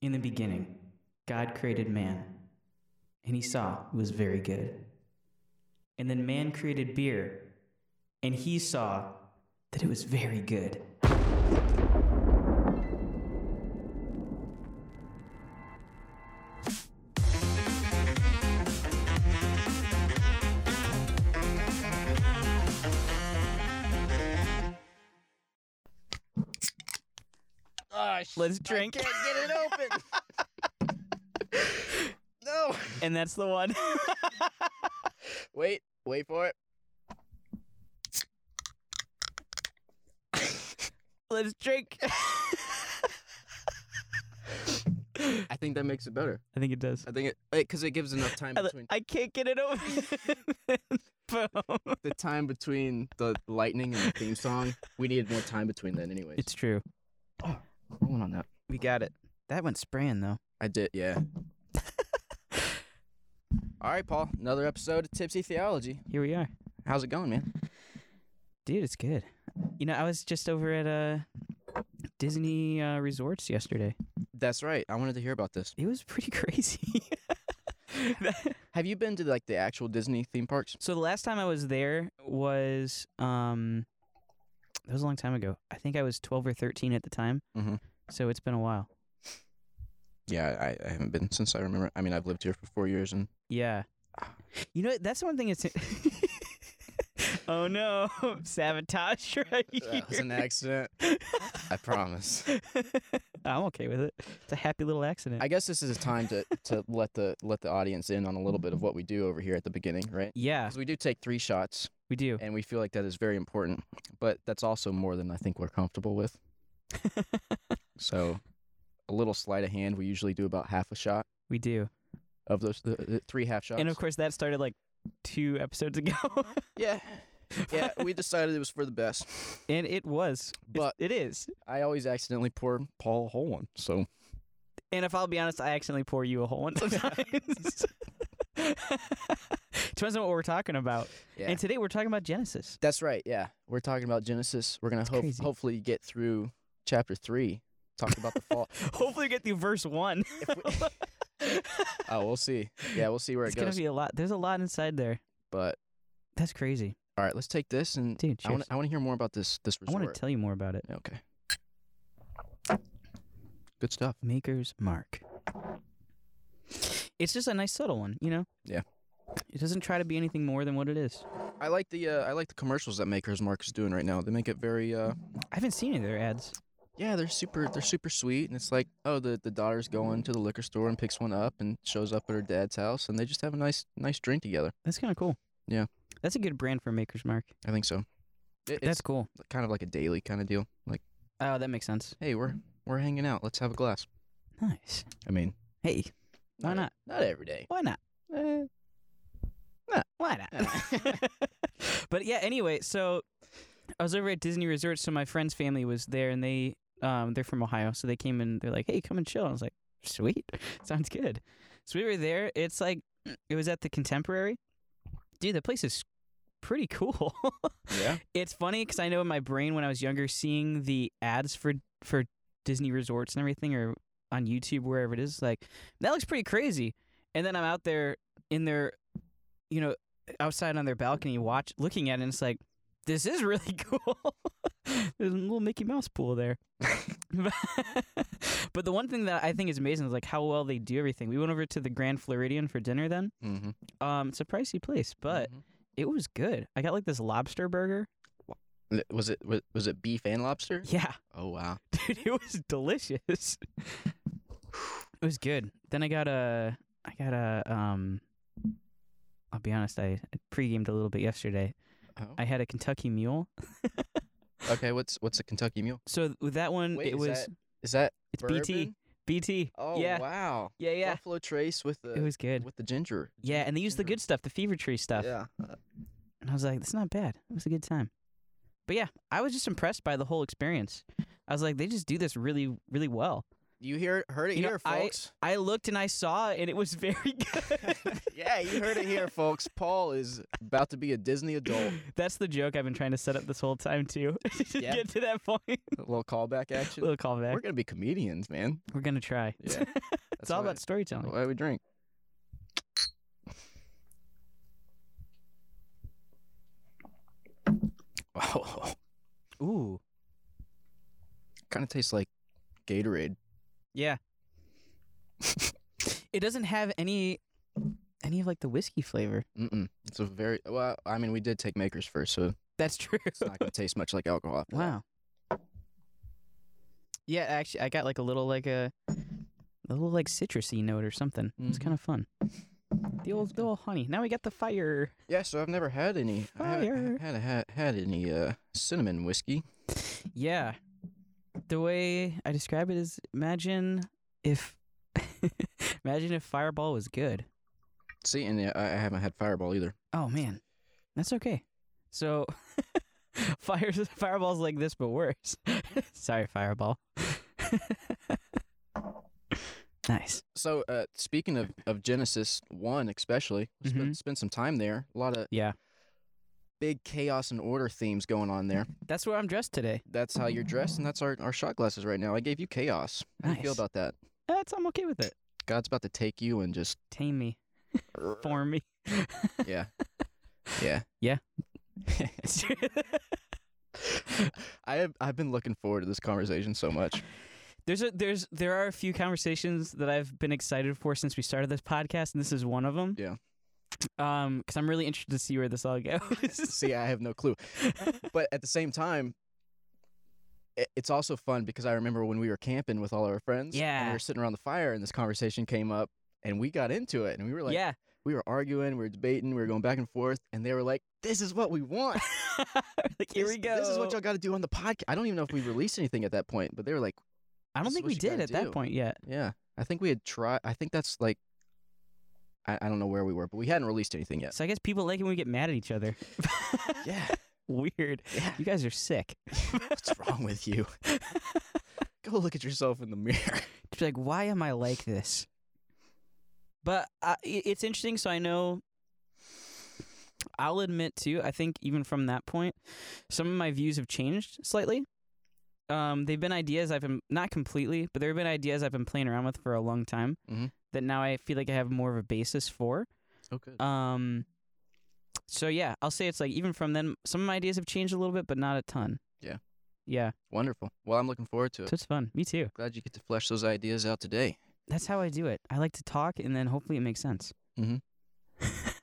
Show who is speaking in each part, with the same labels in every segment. Speaker 1: In the beginning, God created man, and he saw it was very good. And then man created beer, and he saw that it was very good.
Speaker 2: Oh, sh-
Speaker 1: Let's drink.
Speaker 2: I can't get it open. no.
Speaker 1: And that's the one.
Speaker 2: Wait, wait for it.
Speaker 1: Let's drink.
Speaker 2: I think that makes it better.
Speaker 1: I think it does.
Speaker 2: I think it because it gives enough time
Speaker 1: I,
Speaker 2: between
Speaker 1: I can't get it open. Boom.
Speaker 2: the time between the lightning and the theme song. We needed more time between then, anyways.
Speaker 1: It's true.
Speaker 2: rolling on that.
Speaker 1: We got it. That went spraying though.
Speaker 2: I did, yeah. All right, Paul. Another episode of Tipsy Theology.
Speaker 1: Here we are.
Speaker 2: How's it going, man?
Speaker 1: Dude, it's good. You know, I was just over at uh Disney uh, resorts yesterday.
Speaker 2: That's right. I wanted to hear about this.
Speaker 1: It was pretty crazy.
Speaker 2: Have you been to like the actual Disney theme parks?
Speaker 1: so the last time I was there was um that was a long time ago. I think I was 12 or 13 at the time.
Speaker 2: Mhm.
Speaker 1: So it's been a while.
Speaker 2: Yeah, I, I haven't been since I remember. I mean, I've lived here for four years, and
Speaker 1: Yeah. You know, that's one thing it's Oh no, sabotage right here.
Speaker 2: accident. I promise.
Speaker 1: I'm okay with it. It's a happy little accident.
Speaker 2: I guess this is a time to, to let the let the audience in on a little bit of what we do over here at the beginning, right?
Speaker 1: yeah,
Speaker 2: Because we do take three shots,
Speaker 1: we do.
Speaker 2: and we feel like that is very important. But that's also more than I think we're comfortable with. So, a little sleight of hand. We usually do about half a shot
Speaker 1: we do.
Speaker 2: of those the, the three half shots.
Speaker 1: And of course that started like two episodes ago.
Speaker 2: yeah, yeah. We decided it was for the best.
Speaker 1: and it was.
Speaker 2: But-
Speaker 1: it is.
Speaker 2: I always accidentally pour Paul a whole one, so
Speaker 1: And if I'll be honest, I accidentally pour you a whole one sometimes. Depends on what we're talking about.
Speaker 2: yeah.
Speaker 1: And today we're talking about Genesis.
Speaker 2: That's right. Yeah, we're talking about Genesis. We're gonna
Speaker 1: That's
Speaker 2: hope
Speaker 1: crazy.
Speaker 2: hopefully get through chapter three. Talk about the fall.
Speaker 1: Hopefully we get through verse one.
Speaker 2: If we- oh, we'll see. Yeah, we'll see where
Speaker 1: it's
Speaker 2: it
Speaker 1: gonna
Speaker 2: goes.
Speaker 1: be a lot. There's a lot inside there.
Speaker 2: but
Speaker 1: That's crazy,
Speaker 2: all right, let's take this and
Speaker 1: dude.
Speaker 2: I
Speaker 1: Cheers.
Speaker 2: want I want to hear more about this this
Speaker 1: I
Speaker 2: resort.
Speaker 1: want to tell you more about it.
Speaker 2: okay. Good stuff.
Speaker 1: Maker's Mark. It's just a nice subtle one, you know.
Speaker 2: Yeah.
Speaker 1: It doesn't try to be anything more than what it is.
Speaker 2: I like the uh, I like the commercials that Maker's Mark is doing right now. They make it very uh
Speaker 1: I haven't seen any of their ads.
Speaker 2: yeah, they're super they're super sweet and it's like, oh, the the daughter's going to the liquor store and picks one up and shows up at her dad's house and they just have a nice nice drink together.
Speaker 1: That's kind of cool.
Speaker 2: Yeah.
Speaker 1: That's a good brand for Maker's Mark.
Speaker 2: I think so. It,
Speaker 1: That's
Speaker 2: it's
Speaker 1: cool.
Speaker 2: kind of like a daily kind of deal. Like,
Speaker 1: Oh, that makes sense.
Speaker 2: hey, we're we're hanging out. Let's have a glass.
Speaker 1: Nice.
Speaker 2: I mean,
Speaker 1: Hey, Why
Speaker 2: e- Not every day.
Speaker 1: why not?
Speaker 2: Eh,
Speaker 1: Why not? but yeah, anyway, so I was over at Disney Resort, so my friend's family was there, and they um they're from Ohio, so they came and they're like, "Hey, come and chill." I was like, "Sweet, sounds good." So we were there. It's like it was at the Contemporary. Dude, the place is pretty cool.
Speaker 2: yeah.
Speaker 1: it's funny because I know in my brain when I was younger, seeing the ads for for Disney resorts and everything, or on YouTube wherever it is, like that looks pretty crazy. And then I'm out there in their, you know, outside on their balcony, watch looking at it, and it's like this is really cool. There's a little Mickey Mouse pool there. but the one thing that I think is amazing is like how well they do everything. We went over to the Grand Floridian for dinner then.
Speaker 2: Mm-hmm.
Speaker 1: Um, it's a pricey place, but it was good. I got like this lobster burger.
Speaker 2: was it was, was it beef and lobster?
Speaker 1: Yeah.
Speaker 2: Oh wow.
Speaker 1: dude it was delicious it was good then i got a i got a um i'll be honest i I pre-gamed a little bit yesterday
Speaker 2: Oh.
Speaker 1: i had a kentucky mule
Speaker 2: okay. What's what's a Kentucky mule?
Speaker 1: so with that one
Speaker 2: Wait,
Speaker 1: it
Speaker 2: is
Speaker 1: was
Speaker 2: that- Is that
Speaker 1: it's bt
Speaker 2: bourbon?
Speaker 1: bt
Speaker 2: Oh
Speaker 1: yeah
Speaker 2: wow.
Speaker 1: yeah yeah
Speaker 2: Buffalo Trace with the
Speaker 1: it was good
Speaker 2: with the ginger.
Speaker 1: yeah and they used the
Speaker 2: ginger.
Speaker 1: good stuff the fever tree stuff
Speaker 2: Yeah.
Speaker 1: and i was like that's not bad it was a good time but yeah i was just impressed by the whole experience i was like they just do this really really well
Speaker 2: You hear heard it
Speaker 1: You know,
Speaker 2: here,
Speaker 1: I-
Speaker 2: folks.
Speaker 1: I looked and I saw, it, and it was very good.
Speaker 2: yeah, you heard it here, folks. Paul is about to be a Disney adult.
Speaker 1: That's the joke I've been trying to set up this whole time too. to
Speaker 2: Yeah.
Speaker 1: Get to that point.
Speaker 2: A little callback action.
Speaker 1: Little callback.
Speaker 2: We're
Speaker 1: We're,
Speaker 2: gonna be comedians, man.
Speaker 1: gonna try.
Speaker 2: Yeah,
Speaker 1: it's all
Speaker 2: why-
Speaker 1: about storytelling.
Speaker 2: why we drink. Wow,
Speaker 1: Ooh.
Speaker 2: kind of tastes like Gatorade.
Speaker 1: Yeah. it doesn't have any any of like the whiskey flavor.
Speaker 2: Mm-mm. It's a very well. I mean, we did take makers first, so
Speaker 1: That's true.
Speaker 2: it's not gonna taste much like alcohol. after that.
Speaker 1: wow. Yeah, actually I got like a little like a, a little like citrusy note or something. It was
Speaker 2: Mhm.
Speaker 1: kind of fun. The old the old honey. Now we got the fire.
Speaker 2: Yeah, so I've never had any. I
Speaker 1: Fire.
Speaker 2: haven't had had, had any uh, cinnamon whiskey.
Speaker 1: Yeah. The way I describe it is imagine if imagine if Fireball was good.
Speaker 2: See, and uh, I I haven't had Fireball either.
Speaker 1: Oh man. That's okay. So fire fireball's like this but worse. Sorry, fireball. nice.
Speaker 2: So, uh, speaking of, of Genesis One, especially, we
Speaker 1: Mhm.
Speaker 2: spent, spent some time there. A lot of
Speaker 1: Yeah.
Speaker 2: big chaos and order themes going on there.
Speaker 1: That's where I'm dressed today.
Speaker 2: That's how you're dressed, and that's our, our shot glasses right now. I gave you chaos. How do you feel
Speaker 1: Nice.
Speaker 2: about that?
Speaker 1: That's I'm okay with it.
Speaker 2: God's about to take you and just
Speaker 1: Tame me. Form me.
Speaker 2: yeah, yeah,
Speaker 1: Yeah.
Speaker 2: I have I've been looking forward to this conversation so much.
Speaker 1: there's a there's there are a few conversations that I've been excited for since we started this podcast, and this is one of them.
Speaker 2: Yeah.
Speaker 1: Um, because I'm really interested to see where this all goes.
Speaker 2: See, I have no clue. but at the same time, i- it's also fun because I remember when we were camping with all our friends. And
Speaker 1: Yeah.
Speaker 2: we were sitting around the fire and this conversation came up and we got into it and we were like,
Speaker 1: yeah.
Speaker 2: we were arguing, we were debating, we were going back and forth. And they were like, this is what we want.
Speaker 1: like here
Speaker 2: This-
Speaker 1: we go.
Speaker 2: This is what y'all got to do on the podcast. I don't even know if we released anything at that point, but they were like,
Speaker 1: I don't
Speaker 2: this is
Speaker 1: think
Speaker 2: what
Speaker 1: we
Speaker 2: you
Speaker 1: did
Speaker 2: gotta
Speaker 1: at that
Speaker 2: do.
Speaker 1: point yet.
Speaker 2: yeah, I think we had tried. I think that's like, I, I don't know where we were, but we hadn't released anything yet.
Speaker 1: So I guess people like it when we get mad at each other.
Speaker 2: Yeah.
Speaker 1: Weird.
Speaker 2: Yeah.
Speaker 1: You guys are sick.
Speaker 2: What's wrong with you? Go look at yourself in the mirror.
Speaker 1: It's like, why am I like this? But I, i- it's interesting. So I know, I'll admit too, I think even from that point, some of my views have changed slightly. Um, they've been ideas I've been, not completely, but there have been ideas I've been playing around with for a long time
Speaker 2: Mhm.
Speaker 1: that now I feel like I have more of a basis for.
Speaker 2: Okay.
Speaker 1: Um, so yeah, I'll say it's like even from then, some of my ideas have changed a little bit, but not a ton.
Speaker 2: Yeah.
Speaker 1: Yeah.
Speaker 2: Wonderful. Well, I'm looking forward to it.
Speaker 1: So it's fun. Me too.
Speaker 2: Glad you get to flesh those ideas out today.
Speaker 1: That's how I do it. I like to talk, and then hopefully it makes sense.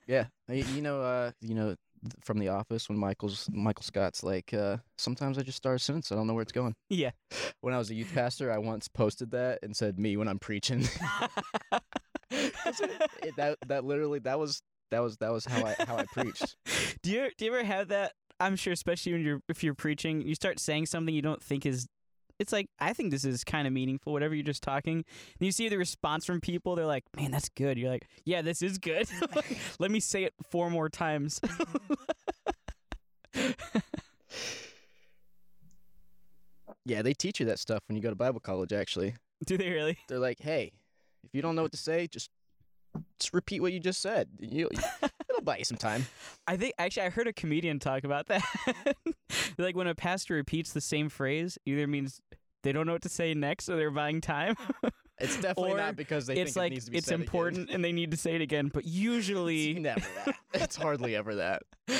Speaker 2: Yeah. You, you know, uh, you know, th- from The Office when Michael's Michael Scott's like, uh, sometimes I just start a sentence. I don't know where it's going.
Speaker 1: Yeah.
Speaker 2: When I was a youth pastor, I once posted that and said me when I'm preaching. 'Cause it- it- that that literally that was that was that was how I how I preached.
Speaker 1: do you do you ever have that? I'm sure, especially when you're if you're preaching, you start saying something you don't think is. It's like I think this is kind of meaningful. Whatever you're just talking, and you see the response from people. They're like, "Man, that's good." You're like, "Yeah, this is good." Let me say it four more times.
Speaker 2: Yeah, they teach you that stuff when you go to Bible college actually.
Speaker 1: do they really?
Speaker 2: they're like, "Hey, if you don't know what to say, just just repeat what you just said. You, it'll buy you some time."
Speaker 1: I think actually I heard a comedian talk about that. like when a pastor repeats the same phrase, either means they don't know what to say next, or they're buying time.
Speaker 2: It's definitely
Speaker 1: Or
Speaker 2: not because they
Speaker 1: it's
Speaker 2: think
Speaker 1: like
Speaker 2: it needs to be
Speaker 1: it's
Speaker 2: said again.
Speaker 1: important and they need to say it again. But usually,
Speaker 2: It's never that. It's hardly ever that.
Speaker 1: Can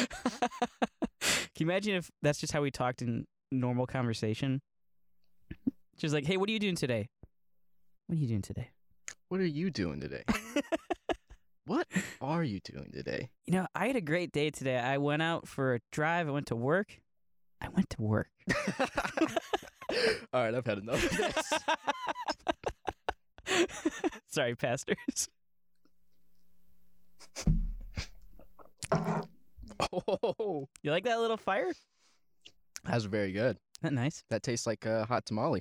Speaker 1: you imagine if that's just how we talked in normal conversation? She's like, "Hey, what are you doing today? What are you doing today?"
Speaker 2: What are you doing today? what are you doing today?
Speaker 1: You know, I had a great day today. I went out for a drive. I went to work. I went to work.
Speaker 2: All right, I've had enough of this.
Speaker 1: Sorry, pastors.
Speaker 2: Oh,
Speaker 1: You like that little fire? Isn't
Speaker 2: that was very good.
Speaker 1: that nice?
Speaker 2: That tastes like a hot tamale.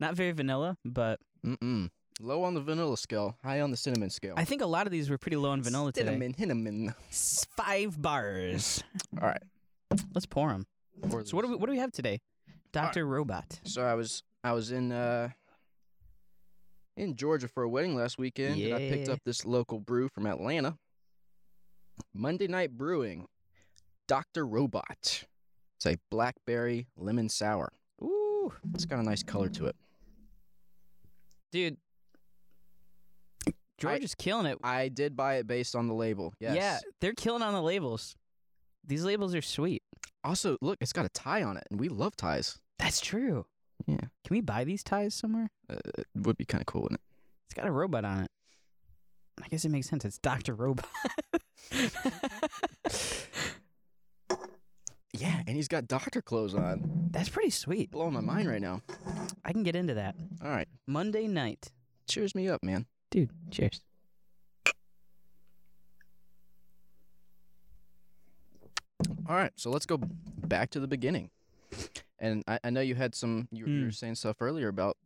Speaker 1: Not very vanilla, but
Speaker 2: Mm-mm. Low on the vanilla scale, high on the cinnamon scale.
Speaker 1: I think a lot of these were pretty low on vanilla today.
Speaker 2: cinnamon, cinnamon.
Speaker 1: S- Five bars.
Speaker 2: All right.
Speaker 1: Let's pour them. So what do we what do we have today? Doctor Robot.
Speaker 2: So I was I was in uh in Georgia for a wedding last weekend, and I picked
Speaker 1: Yeah.
Speaker 2: up this local brew from Atlanta. Monday Night Brewing, Doctor Robot. It's a blackberry lemon sour.
Speaker 1: Ooh,
Speaker 2: It's got a nice color to it.
Speaker 1: dude. George is killing it.
Speaker 2: I did buy it based on the label. Yes.
Speaker 1: Yeah, they're killing on the labels. These labels are sweet.
Speaker 2: Also, look, it's got a tie on it, and we love ties.
Speaker 1: That's true.
Speaker 2: Yeah.
Speaker 1: Can we buy these ties somewhere?
Speaker 2: Uh, it would be kind of cool, wouldn't it?
Speaker 1: It's got a robot on it. I guess it makes sense. It's Doctor Robot.
Speaker 2: Yeah, and he's got doctor clothes on.
Speaker 1: That's pretty sweet.
Speaker 2: Blowing my mind right now.
Speaker 1: I can get into that.
Speaker 2: All right,
Speaker 1: Monday night,
Speaker 2: cheers me up, man.
Speaker 1: dude. Cheers.
Speaker 2: All right, so let's go back to the beginning. And I, I know you had some you, were-
Speaker 1: Hmm.
Speaker 2: you were saying stuff earlier about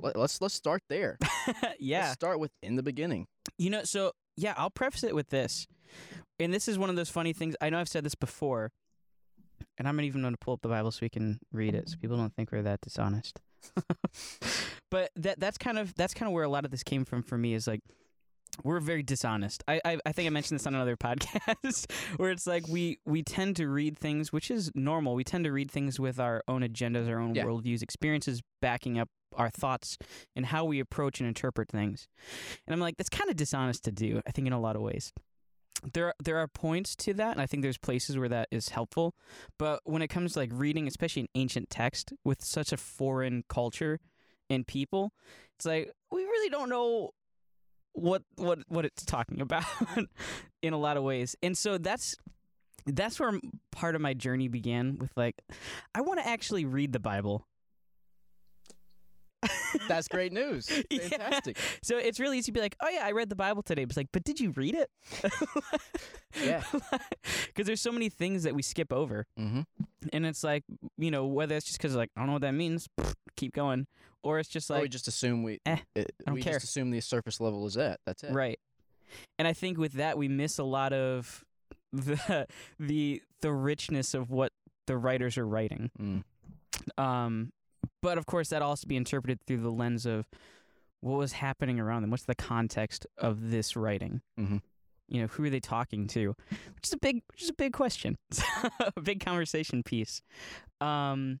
Speaker 2: let, us let's start there.
Speaker 1: yeah.
Speaker 2: Let's start with in the beginning.
Speaker 1: You know, so yeah, I'll preface it with this. And this is one of those funny things. I know I've said this before, and I'm not even going to pull up the Bible so we can read it, so people don't think we're that dishonest. but that that's kind of that's kind of where a lot of this came from for me is like we're very dishonest. I, I I think I mentioned this on another podcast where it's like we we tend to read things, which is normal. We tend to read things with our own agendas, our own
Speaker 2: Yeah.
Speaker 1: worldviews, experiences backing up our thoughts and how we approach and interpret things. And I'm like, that's kind of dishonest to do. I think in a lot of ways. There, are- there are points to that, and I think there's places where that is helpful. But when it comes to like reading, especially an ancient text with such a foreign culture and people, it's like we really don't know what what what it's talking about in a lot of ways. And so that's that's where m- part of my journey began with like I want to actually read the Bible.
Speaker 2: That's great news.
Speaker 1: Yeah.
Speaker 2: Fantastic.
Speaker 1: So it's really easy to be like, "Oh yeah, I read the Bible today." But it's like, "But did you read it?"
Speaker 2: Yeah.
Speaker 1: Cuz there's so many things that we skip over.
Speaker 2: Mm-hmm.
Speaker 1: and it's like you know whether it's just because like I don't know what that means, keep going, or it's just
Speaker 2: Or we
Speaker 1: like
Speaker 2: just assume we
Speaker 1: eh,
Speaker 2: it,
Speaker 1: don't
Speaker 2: we
Speaker 1: care.
Speaker 2: just assume the surface level is that. That's it.
Speaker 1: right. And I think with that we miss a lot of the the the richness of what the writers are writing.
Speaker 2: Mm.
Speaker 1: Um, but of course that also be interpreted through the lens of what was happening around them. What's the context of this writing?
Speaker 2: Mhm.
Speaker 1: You know, who are they talking to? Which is a big, which is a big question, a big conversation piece. Um,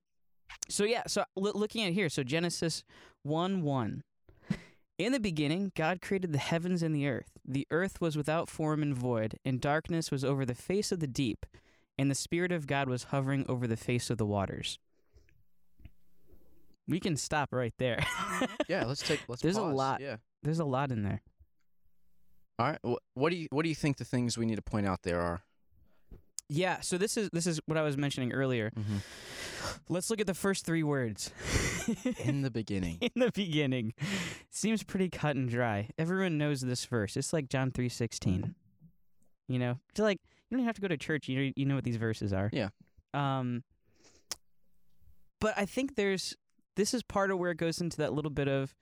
Speaker 1: so yeah, so l- looking at here, so Genesis one one. In the beginning, God created the heavens and the earth. The earth was without form and void, and darkness was over the face of the deep, and the Spirit of God was hovering over the face of the waters. We can stop right there.
Speaker 2: Yeah. Let's take. Let's.
Speaker 1: There's a
Speaker 2: pause.
Speaker 1: lot.
Speaker 2: Yeah.
Speaker 1: There's a lot in there.
Speaker 2: All right. What, what do you What do you think the things we need to point out there are?
Speaker 1: Yeah, so this is this is what I was mentioning earlier.
Speaker 2: Mm-hmm.
Speaker 1: Let's look at the first three words.
Speaker 2: In the beginning.
Speaker 1: in the beginning. Seems pretty cut and dry. Everyone knows this verse. It's like John 3:16. You know, it's like you don't even have to go to church. You know, you know what these verses are.
Speaker 2: Yeah.
Speaker 1: Um but I think there's this is part of where it goes into that little bit of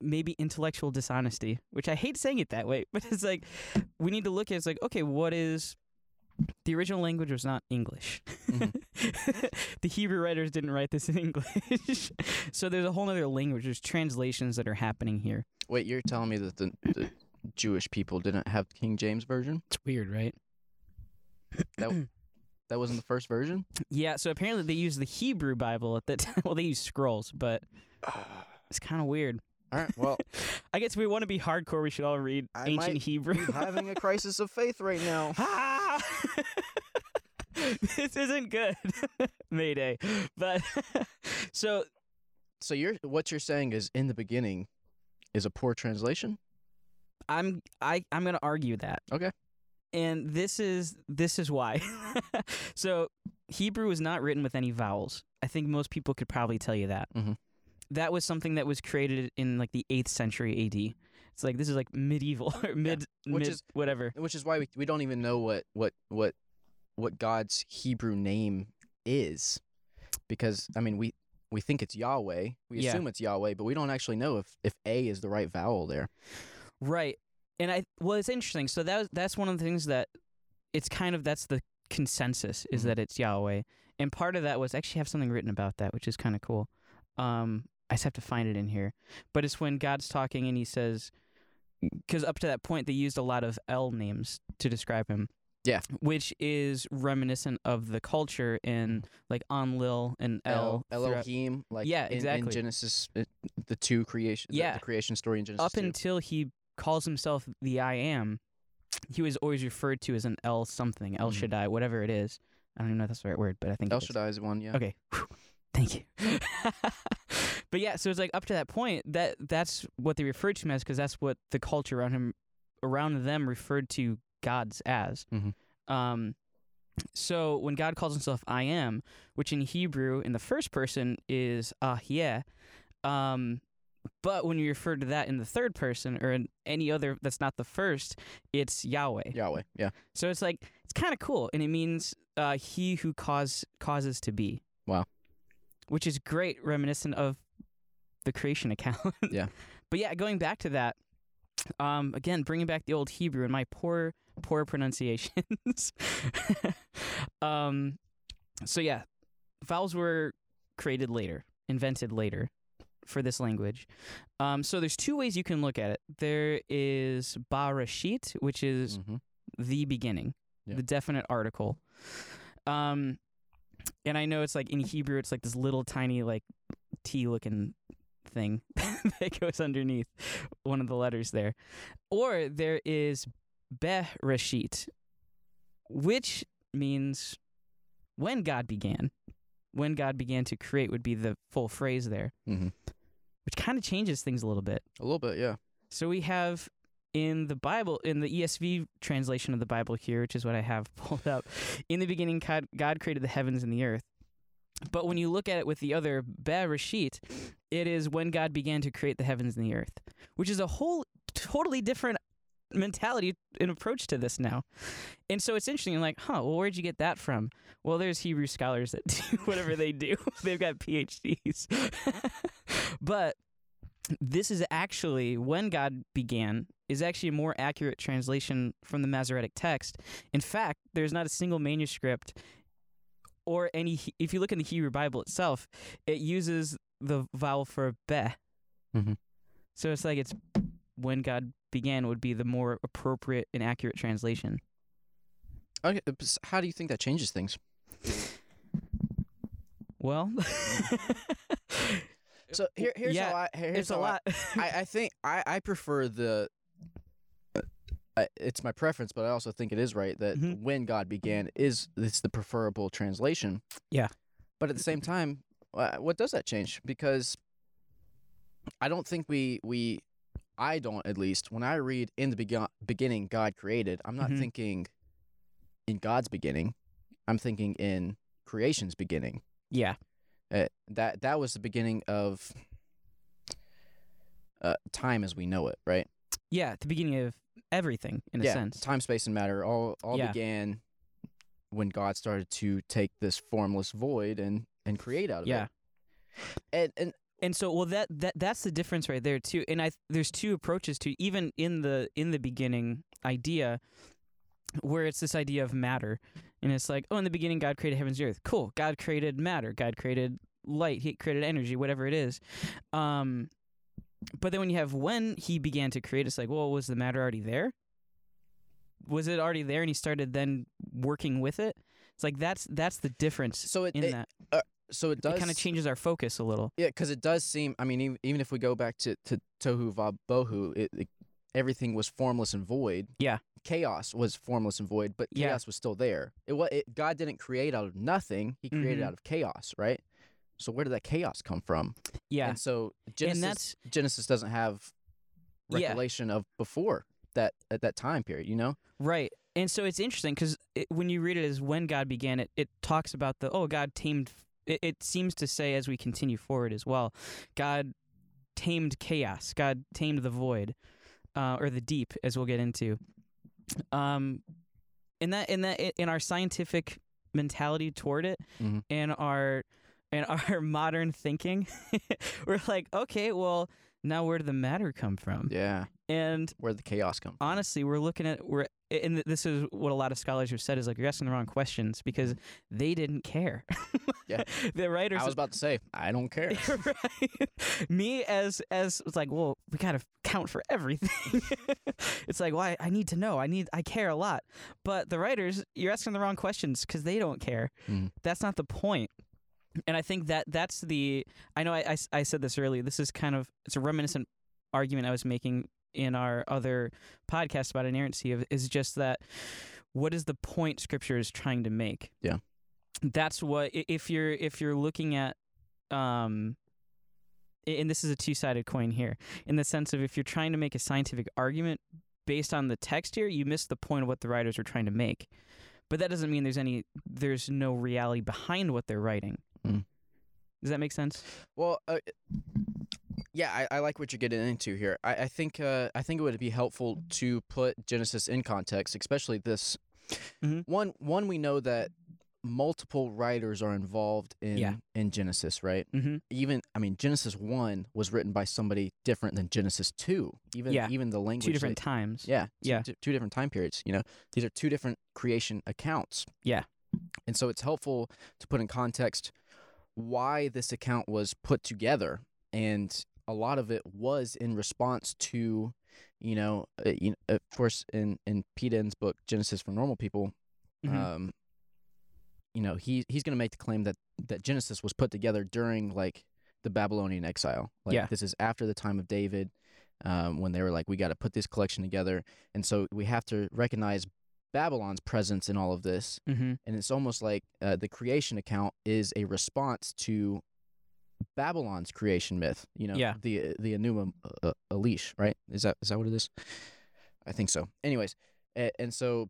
Speaker 1: maybe intellectual dishonesty, which I hate saying it that way, but it's like we need to look at it's like okay, what is the original language was not English. the Hebrew writers didn't write this in English. so there's a whole other language. There's translations that are happening here.
Speaker 2: Wait, you're telling me that the, the Jewish people didn't have King James version?
Speaker 1: It's weird, right?
Speaker 2: That wasn't the first version.
Speaker 1: Yeah, so apparently they used the Hebrew Bible at that time. Well, they used scrolls, but it's kind of weird.
Speaker 2: All right. Well,
Speaker 1: I guess we want to be hardcore. We should all read
Speaker 2: I
Speaker 1: ancient
Speaker 2: might
Speaker 1: Hebrew.
Speaker 2: I'm having a crisis of faith right now.
Speaker 1: Ah! this isn't good. Mayday. But so
Speaker 2: So you're what you're saying is in the beginning is a poor translation.
Speaker 1: I'm I I'm going to argue that.
Speaker 2: Okay.
Speaker 1: And this is this is why. so Hebrew was not written with any vowels. I think most people could probably tell you that.
Speaker 2: Mhm.
Speaker 1: That was something that was created in like the 8th century AD. It's like this is like medieval or mid
Speaker 2: which
Speaker 1: mid
Speaker 2: is-
Speaker 1: whatever.
Speaker 2: Which is why we, we don't even know what what what what God's Hebrew name is, because I mean we we think it's Yahweh. We
Speaker 1: Yeah.
Speaker 2: assume it's Yahweh, but we don't actually know if if A is the right vowel there.
Speaker 1: Right. And I well, it's interesting. So that was, that's one of the things that it's kind of that's the consensus is
Speaker 2: Mhm.
Speaker 1: that it's Yahweh, And part of that was I actually have something written about that, which is kind of cool. Um, I just have to find it in here. But it's when God's talking and he says, because up to that point, they used a lot of L names to describe him.
Speaker 2: Yeah.
Speaker 1: Which is reminiscent of the culture in like Enlil and L.
Speaker 2: El- Elohim, like
Speaker 1: Yeah,
Speaker 2: in- in,
Speaker 1: exactly.
Speaker 2: Genesis, uh, the two creation, the-
Speaker 1: Yeah.
Speaker 2: the, creation story in Genesis.
Speaker 1: up
Speaker 2: 2.
Speaker 1: until he calls himself the I am, he was always referred to as an L something, El
Speaker 2: Mhm.
Speaker 1: Shaddai, whatever it is. I don't even know if that's the right word, but I think
Speaker 2: El
Speaker 1: it is.
Speaker 2: Shaddai is one, yeah.
Speaker 1: Okay. Whew. Thank you. but yeah, so it's like up to that point that that's what they referred to him as because that's what the culture around him around them referred to gods as.
Speaker 2: Mhm.
Speaker 1: Um so when God calls himself I am, which in Hebrew in the first person is ah yeah, um but when you refer to that in the third person or in any other that's not the first, it's Yahweh.
Speaker 2: Yahweh, yeah.
Speaker 1: So it's like it's kind of cool, and it means uh, he who cause causes to be.
Speaker 2: Wow.
Speaker 1: Which is great, reminiscent of the creation account.
Speaker 2: Yeah.
Speaker 1: But yeah, going back to that, um, again, bringing back the old Hebrew and my poor, poor pronunciations. um, so yeah, vowels were created later, invented later for this language. Um, so there's two ways you can look at it. There is Barashit, which is
Speaker 2: Mhm.
Speaker 1: the beginning,
Speaker 2: Yeah.
Speaker 1: the definite article. Um, and I know it's like in Hebrew, it's like this little tiny like T looking thing that goes underneath one of the letters there. Or there is Bereshit, which means when God began. When God began to create would be the full phrase there,
Speaker 2: Mhm.
Speaker 1: which kind of changes things a little bit.
Speaker 2: A little bit, yeah.
Speaker 1: So we have in the Bible, in the ESV translation of the Bible here, which is what I have pulled up, in the beginning, God, God created the heavens and the earth. But when you look at it with the other Bereshit, it is when God began to create the heavens and the earth, which is a whole totally different mentality and approach to this now. And so it's interesting. I'm like, huh, well, where'd you get that from? Well, there's Hebrew scholars that do whatever they do, they've got PhDs. but this is actually when God began is actually a more accurate translation from the Masoretic text. In fact, there's not a single manuscript or any if you look in the Hebrew Bible itself, it uses the vowel for be. Mm-hmm.
Speaker 2: Mhm.
Speaker 1: So it's like it's when God began would be the more appropriate and accurate translation.
Speaker 2: Okay, uh, s- how do you think that changes things?
Speaker 1: Well,
Speaker 2: So here, here's
Speaker 1: yeah,
Speaker 2: how I here's
Speaker 1: it's Mm-hmm. a
Speaker 2: how I-
Speaker 1: lot.
Speaker 2: I, I think I, I prefer the. I- It's my preference, but I also think it is right that
Speaker 1: Mhm.
Speaker 2: when God began is it's the preferable translation.
Speaker 1: Yeah.
Speaker 2: but at the same time, uh, what does that change? Because I don't think we we, I don't at least when I read in the begin- beginning God created, I'm not
Speaker 1: Mhm.
Speaker 2: thinking in God's beginning, I'm thinking in creation's beginning
Speaker 1: yeah.
Speaker 2: uh, that that was the beginning of uh, time as we know it, right?
Speaker 1: Yeah, the beginning of everything in a
Speaker 2: yeah,
Speaker 1: sense.
Speaker 2: time, space, and matter all all
Speaker 1: Yeah.
Speaker 2: began when God started to take this formless void and and create out of
Speaker 1: Yeah.
Speaker 2: it. And and
Speaker 1: and so well that, that that's the difference right there too and i there's two approaches to even in the in the beginning idea where it's this idea of matter and it's like oh in the beginning god created heavens and earth cool god created matter god created light he created energy whatever it is um but then when you have when he began to create it's like well was the matter already there was it already there and he started then working with it it's like that's that's the difference
Speaker 2: so it,
Speaker 1: in
Speaker 2: it-
Speaker 1: that
Speaker 2: so it
Speaker 1: it
Speaker 2: does
Speaker 1: kind of changes our focus a little
Speaker 2: Yeah, because it does seem. I mean, even, even if we go back to to Tohu Vabohu, it, it, everything was formless and void.
Speaker 1: Yeah.
Speaker 2: chaos was formless and void, but
Speaker 1: Yeah.
Speaker 2: chaos was still there. It, wa- it God didn't create out of nothing; He created
Speaker 1: Mhm.
Speaker 2: out of chaos, right? So where did that chaos come from?
Speaker 1: yeah
Speaker 2: And so Genesis,
Speaker 1: and that's
Speaker 2: Genesis doesn't have
Speaker 1: Yeah.
Speaker 2: recollection of before that at that time period. You know?
Speaker 1: Right. And so it's interesting because it, when you read it as when God began, it, it talks about the, oh, God tamed, it, it seems to say as we continue forward as well, God tamed chaos, God tamed the void, uh, or the deep, as we'll get into. Um, in that, in that, in our scientific mentality toward it,
Speaker 2: Mhm.
Speaker 1: and our, and our modern thinking, we're like, okay, well, now where did the matter come from?
Speaker 2: Yeah.
Speaker 1: And
Speaker 2: Where'd the chaos come from?
Speaker 1: Mm. honestly, we're looking at we're and th- this is what a lot of scholars have said is like you're asking the wrong questions because they didn't care.
Speaker 2: Mm-hmm. Yeah.
Speaker 1: the writers.
Speaker 2: I was about to say, I don't care.
Speaker 1: right. Me as as it's like, well, we gotta count for everything. it's like, well, I, I need to know. I need I care a lot. But the writers, you're asking the wrong questions because they don't care.
Speaker 2: Mhm.
Speaker 1: That's not the point. And I think that that's the I know I, I s- I said this earlier. This is kind of it's a reminiscent argument I was making in our other podcast about inerrancy of, is just that what is the point scripture is trying to make?
Speaker 2: Yeah.
Speaker 1: That's what i- if you're if you're looking at um a- and this is a two-sided coin here in the sense of if you're trying to make a scientific argument based on the text here you miss the point of what the writers are trying to make but that doesn't mean there's any there's no reality behind what they're writing
Speaker 2: Mm.
Speaker 1: does that make sense
Speaker 2: Well, uh, yeah, I, I like what you're getting into here. I, I think uh, I think it would be helpful to put Genesis in context, especially this
Speaker 1: Mhm.
Speaker 2: one. One, we know that multiple writers are involved in
Speaker 1: Yeah.
Speaker 2: in Genesis, right?
Speaker 1: mm-hmm.
Speaker 2: Even I mean, Genesis one was written by somebody different than Genesis two. Even
Speaker 1: Yeah.
Speaker 2: even the language,
Speaker 1: two different
Speaker 2: like-
Speaker 1: times
Speaker 2: yeah,
Speaker 1: Yeah.
Speaker 2: two, two different time periods. You know, these are two different creation accounts.
Speaker 1: Yeah.
Speaker 2: and so it's helpful to put in context why this account was put together, and a lot of it was in response to, you know, uh, you know of course, in in Pete Enns' book Genesis for Normal People,
Speaker 1: Mhm.
Speaker 2: um, you know, he he's going to make the claim that that Genesis was put together during like the Babylonian exile. Like
Speaker 1: Yeah.
Speaker 2: this is after the time of David, um, when they were like, we got to put this collection together, and so we have to recognize Babylon's presence in all of this.
Speaker 1: Mhm.
Speaker 2: And it's almost like uh, the creation account is a response to Babylon's creation myth. You know,
Speaker 1: Yeah.
Speaker 2: the the Enuma uh, Elish, right? Is that is that what it is? I think so. Anyways, a- and so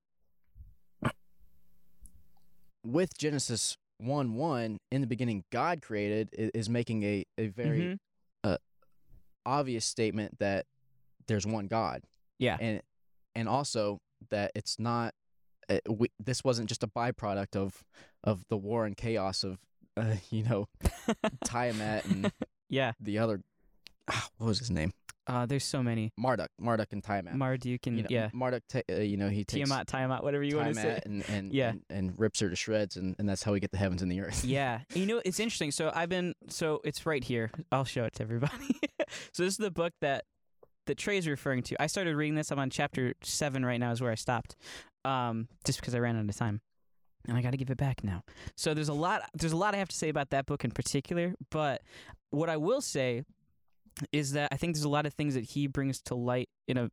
Speaker 2: with Genesis one one in the beginning, God created i- is making a a very uh,
Speaker 1: Mhm.
Speaker 2: obvious statement that there's one God.
Speaker 1: Yeah.
Speaker 2: And and also that it's not uh, we, this wasn't just a byproduct of of the war and chaos of uh, you know Tiamat and
Speaker 1: yeah
Speaker 2: the other ah, what was his name
Speaker 1: uh, there's so many
Speaker 2: Marduk Marduk and Tiamat.
Speaker 1: marduk and
Speaker 2: you know,
Speaker 1: yeah
Speaker 2: Marduk ta- uh, you know he takes
Speaker 1: tiamat tiamat whatever you want to say
Speaker 2: Tiamat and and,
Speaker 1: Yeah.
Speaker 2: and and rips her to shreds and, and that's how we get the heavens and the earth.
Speaker 1: yeah you know it's interesting so i've been so it's right here i'll show it to everybody so this is the book that that trey's referring to i started reading this i'm on chapter seven right now is where i stopped um just because i ran out of time and i got to give it back now so there's a lot there's a lot i have to say about that book in particular but what i will say is that i think there's a lot of things that he brings to light in a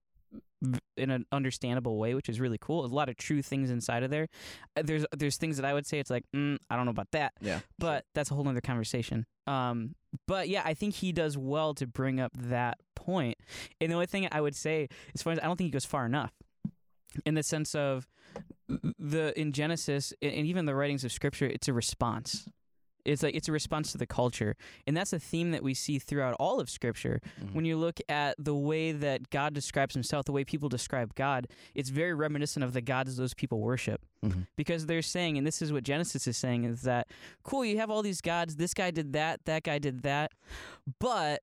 Speaker 1: v- in an understandable way which is really cool there's a lot of true things inside of there Uh, there's there's things that i would say it's like mm, i don't know about that
Speaker 2: Yeah.
Speaker 1: but that's a whole other conversation. Um, but yeah, I think he does well to bring up that point. And the only thing I would say is, funny, I don't think he goes far enough in the sense of the in Genesis a- and even the writings of Scripture. It's a response. It's like it's a response to the culture, and that's a theme that we see throughout all of Scripture.
Speaker 2: Mhm.
Speaker 1: When you look at the way that God describes Himself, the way people describe God, it's very reminiscent of the gods those people worship,
Speaker 2: Mhm.
Speaker 1: because they're saying, and this is what Genesis is saying, is that cool, you have all these gods. This guy did that, that guy did that. But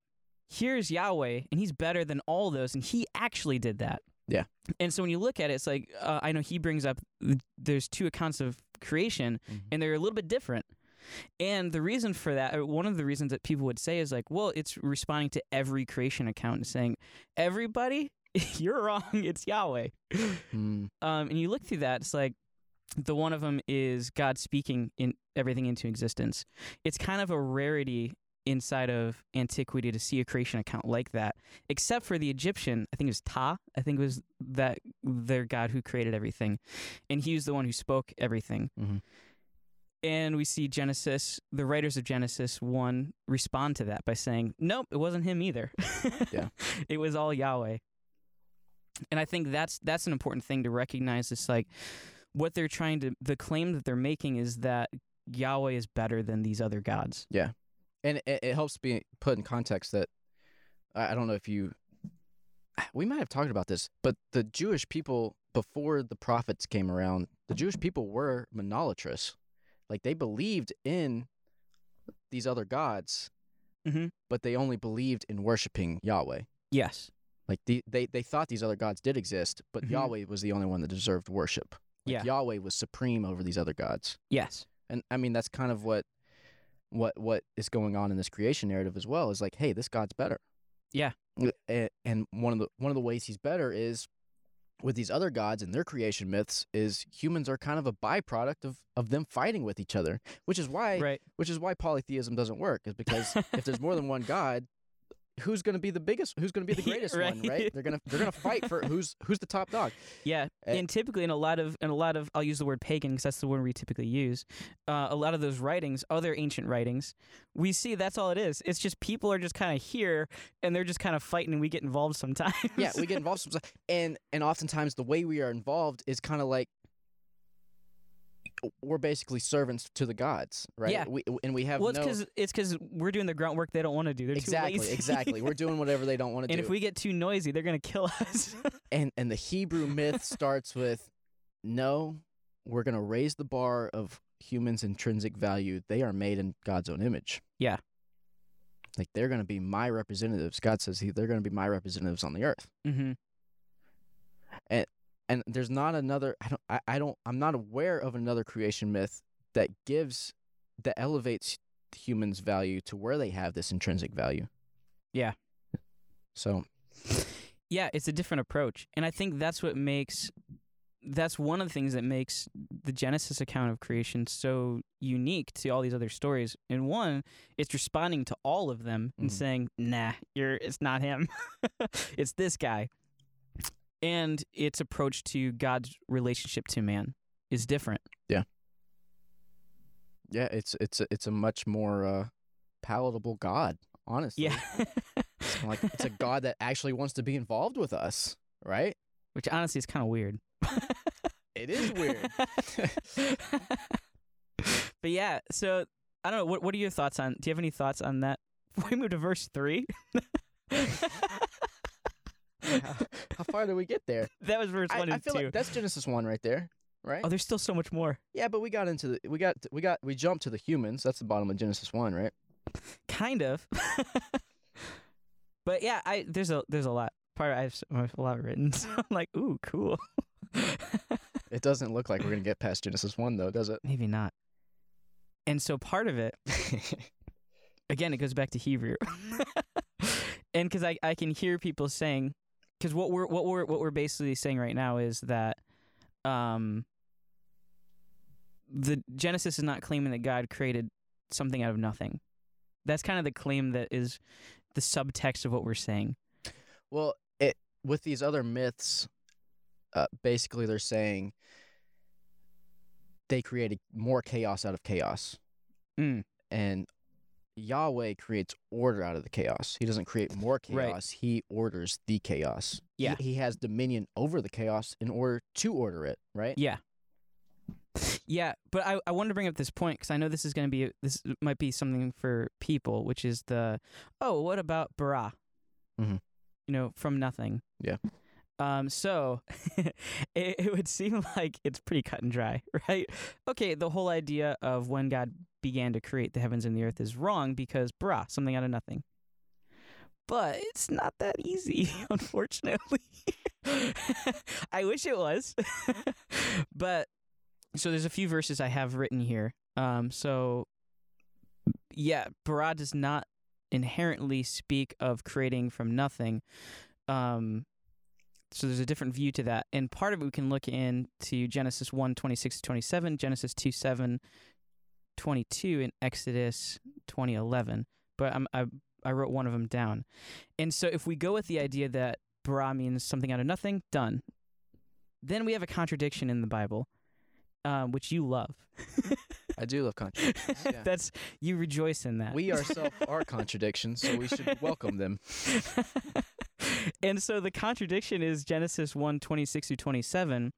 Speaker 1: here's Yahweh, and he's better than all those, and he actually did that.
Speaker 2: Yeah.
Speaker 1: And so when you look at it, it's like, uh, I know he brings up th- there's two accounts of creation,
Speaker 2: Mhm.
Speaker 1: and they're a little bit different. And the reason for that, or one of the reasons that people would say is like, well, it's responding to every creation account and saying, everybody, you're wrong, it's Yahweh
Speaker 2: Mm,
Speaker 1: um, and you look through that, it's like the one of them is God speaking in everything into existence. It's kind of a rarity inside of antiquity to see a creation account like that, except for the Egyptian. I think it was Ta. I think it was that their God who created everything, and he was the one who spoke everything.
Speaker 2: Mhm.
Speaker 1: And we see Genesis, the writers of Genesis one respond to that by saying, "Nope, it wasn't him either.
Speaker 2: Yeah.
Speaker 1: it was all Yahweh." and I think that's that's an important thing to recognize. It's like what they're trying to the claim that they're making is that Yahweh is better than these other gods.
Speaker 2: and it, it helps be put in context that I I don't know if you ah, we might have talked about this, but the Jewish people before the prophets came around, the Jewish people were monolatrous. Like they believed in these other gods,
Speaker 1: Mhm.
Speaker 2: but they only believed in worshiping Yahweh.
Speaker 1: Yes.
Speaker 2: Like the, they they thought these other gods did exist, but
Speaker 1: Mhm.
Speaker 2: Yahweh was the only one that deserved worship. Like,
Speaker 1: Yeah.
Speaker 2: Yahweh was supreme over these other gods.
Speaker 1: Yes.
Speaker 2: And I mean that's kind of what what what is going on in this creation narrative as well is like, hey, this god's better.
Speaker 1: Yeah.
Speaker 2: And, and one of the one of the ways he's better is with these other gods and their creation myths is humans are kind of a byproduct of of them fighting with each other, which is why
Speaker 1: Right.
Speaker 2: which is why polytheism doesn't work is because if there's more than one god who's going to be the biggest who's going to be the
Speaker 1: Yeah,
Speaker 2: greatest one
Speaker 1: right.
Speaker 2: right they're going to they're going to fight for who's who's the top dog
Speaker 1: Yeah,
Speaker 2: Eh.
Speaker 1: and typically in a lot of in a lot of I'll use the word pagan because that's the word we typically use. Uh, a lot of those writings, other ancient writings, we see that's all it is. It's just people are just kind of here and they're just kind of fighting, and we get involved sometimes.
Speaker 2: yeah we get involved sometimes and and oftentimes the way we are involved is kind of like we're basically servants to the gods right
Speaker 1: Yeah.
Speaker 2: we, and we have
Speaker 1: well, it's
Speaker 2: no
Speaker 1: because it's because we're doing the grunt work they don't want to do. They're too
Speaker 2: exactly
Speaker 1: lazy.
Speaker 2: exactly we're doing whatever they don't want to
Speaker 1: and
Speaker 2: do
Speaker 1: if we get too noisy, they're gonna kill us.
Speaker 2: and and the hebrew myth starts with no we're going to raise the bar of humans intrinsic value they are made in god's own image
Speaker 1: Yeah.
Speaker 2: like they're going to be my representatives god says he, they're going to be my representatives on the earth
Speaker 1: mm-hmm.
Speaker 2: and there's not another i don't i, I don't i'm not aware of another creation myth that gives that elevates humans value to where they have this intrinsic value
Speaker 1: Yeah.
Speaker 2: so
Speaker 1: Yeah, it's a different approach. And I think that's what makes that's one of the things that makes the Genesis account of creation so unique to all these other stories. And one, it's responding to all of them and
Speaker 2: Mhm.
Speaker 1: saying, "Nah, you're it's not him. it's this guy." And its approach to God's relationship to man is different.
Speaker 2: yeah it's it's a, it's a much more uh palatable god honestly
Speaker 1: Yeah.
Speaker 2: I'm like it's a god that actually wants to be involved with us, right?
Speaker 1: Which honestly is kind of weird.
Speaker 2: It is weird.
Speaker 1: but yeah, so I don't know. What What are your thoughts on? Do you have any thoughts on that? Before we move to verse three.
Speaker 2: how, how far do we get there?
Speaker 1: that was verse
Speaker 2: I,
Speaker 1: one
Speaker 2: I
Speaker 1: and
Speaker 2: feel
Speaker 1: two.
Speaker 2: like that's Genesis one right there, right?
Speaker 1: oh, there's still so much more.
Speaker 2: yeah, but we got into the we got we got we jumped to the humans. That's the bottom of Genesis one, right?
Speaker 1: Kind of. but yeah, I there's a there's a lot. Part I have s- I have a lot written. So I'm like, ooh, cool.
Speaker 2: It doesn't look like we're gonna get past Genesis one though, does it?
Speaker 1: Maybe not. And so part of it again, it goes back to Hebrew, and because I, I can hear people saying, because what we're what we're what we're basically saying right now is that, um, the Genesis is not claiming that God created something out of nothing. That's kind of the claim that is the subtext of what we're saying.
Speaker 2: well, it with these other myths, uh, basically they're saying they created more chaos out of chaos.
Speaker 1: Mm.
Speaker 2: and Yahweh creates order out of the chaos. He doesn't create more chaos.
Speaker 1: Right.
Speaker 2: He orders the chaos. He-
Speaker 1: Yeah.
Speaker 2: He, has dominion over the chaos in order to order it, right?
Speaker 1: Yeah. Yeah, but I, I wanted to bring up this point because I know this is going to be this might be something for people, which is the oh, what about bara?
Speaker 2: Mhm.
Speaker 1: You know, from nothing.
Speaker 2: Yeah.
Speaker 1: Um. So it, it would seem like it's pretty cut and dry, right? Okay, the whole idea of when God began to create the heavens and the earth is wrong because bara, something out of nothing. But it's not that easy, unfortunately. I wish it was, but so there's a few verses I have written here. Um, so yeah, bara does not inherently speak of creating from nothing. Um, so there's a different view to that, and part of it we can look into Genesis 1, 26 to 27, Genesis 2, 7, 22, and Exodus 20, 11. But I'm, I I wrote one of them down, and so if we go with the idea that bara means something out of nothing, done. Then we have a contradiction in the Bible um, which you love.
Speaker 2: I do love contradictions. yeah.
Speaker 1: That's you rejoice in that.
Speaker 2: We ourselves are contradictions, so we should welcome them.
Speaker 1: and so the contradiction is Genesis 1 26 through 27,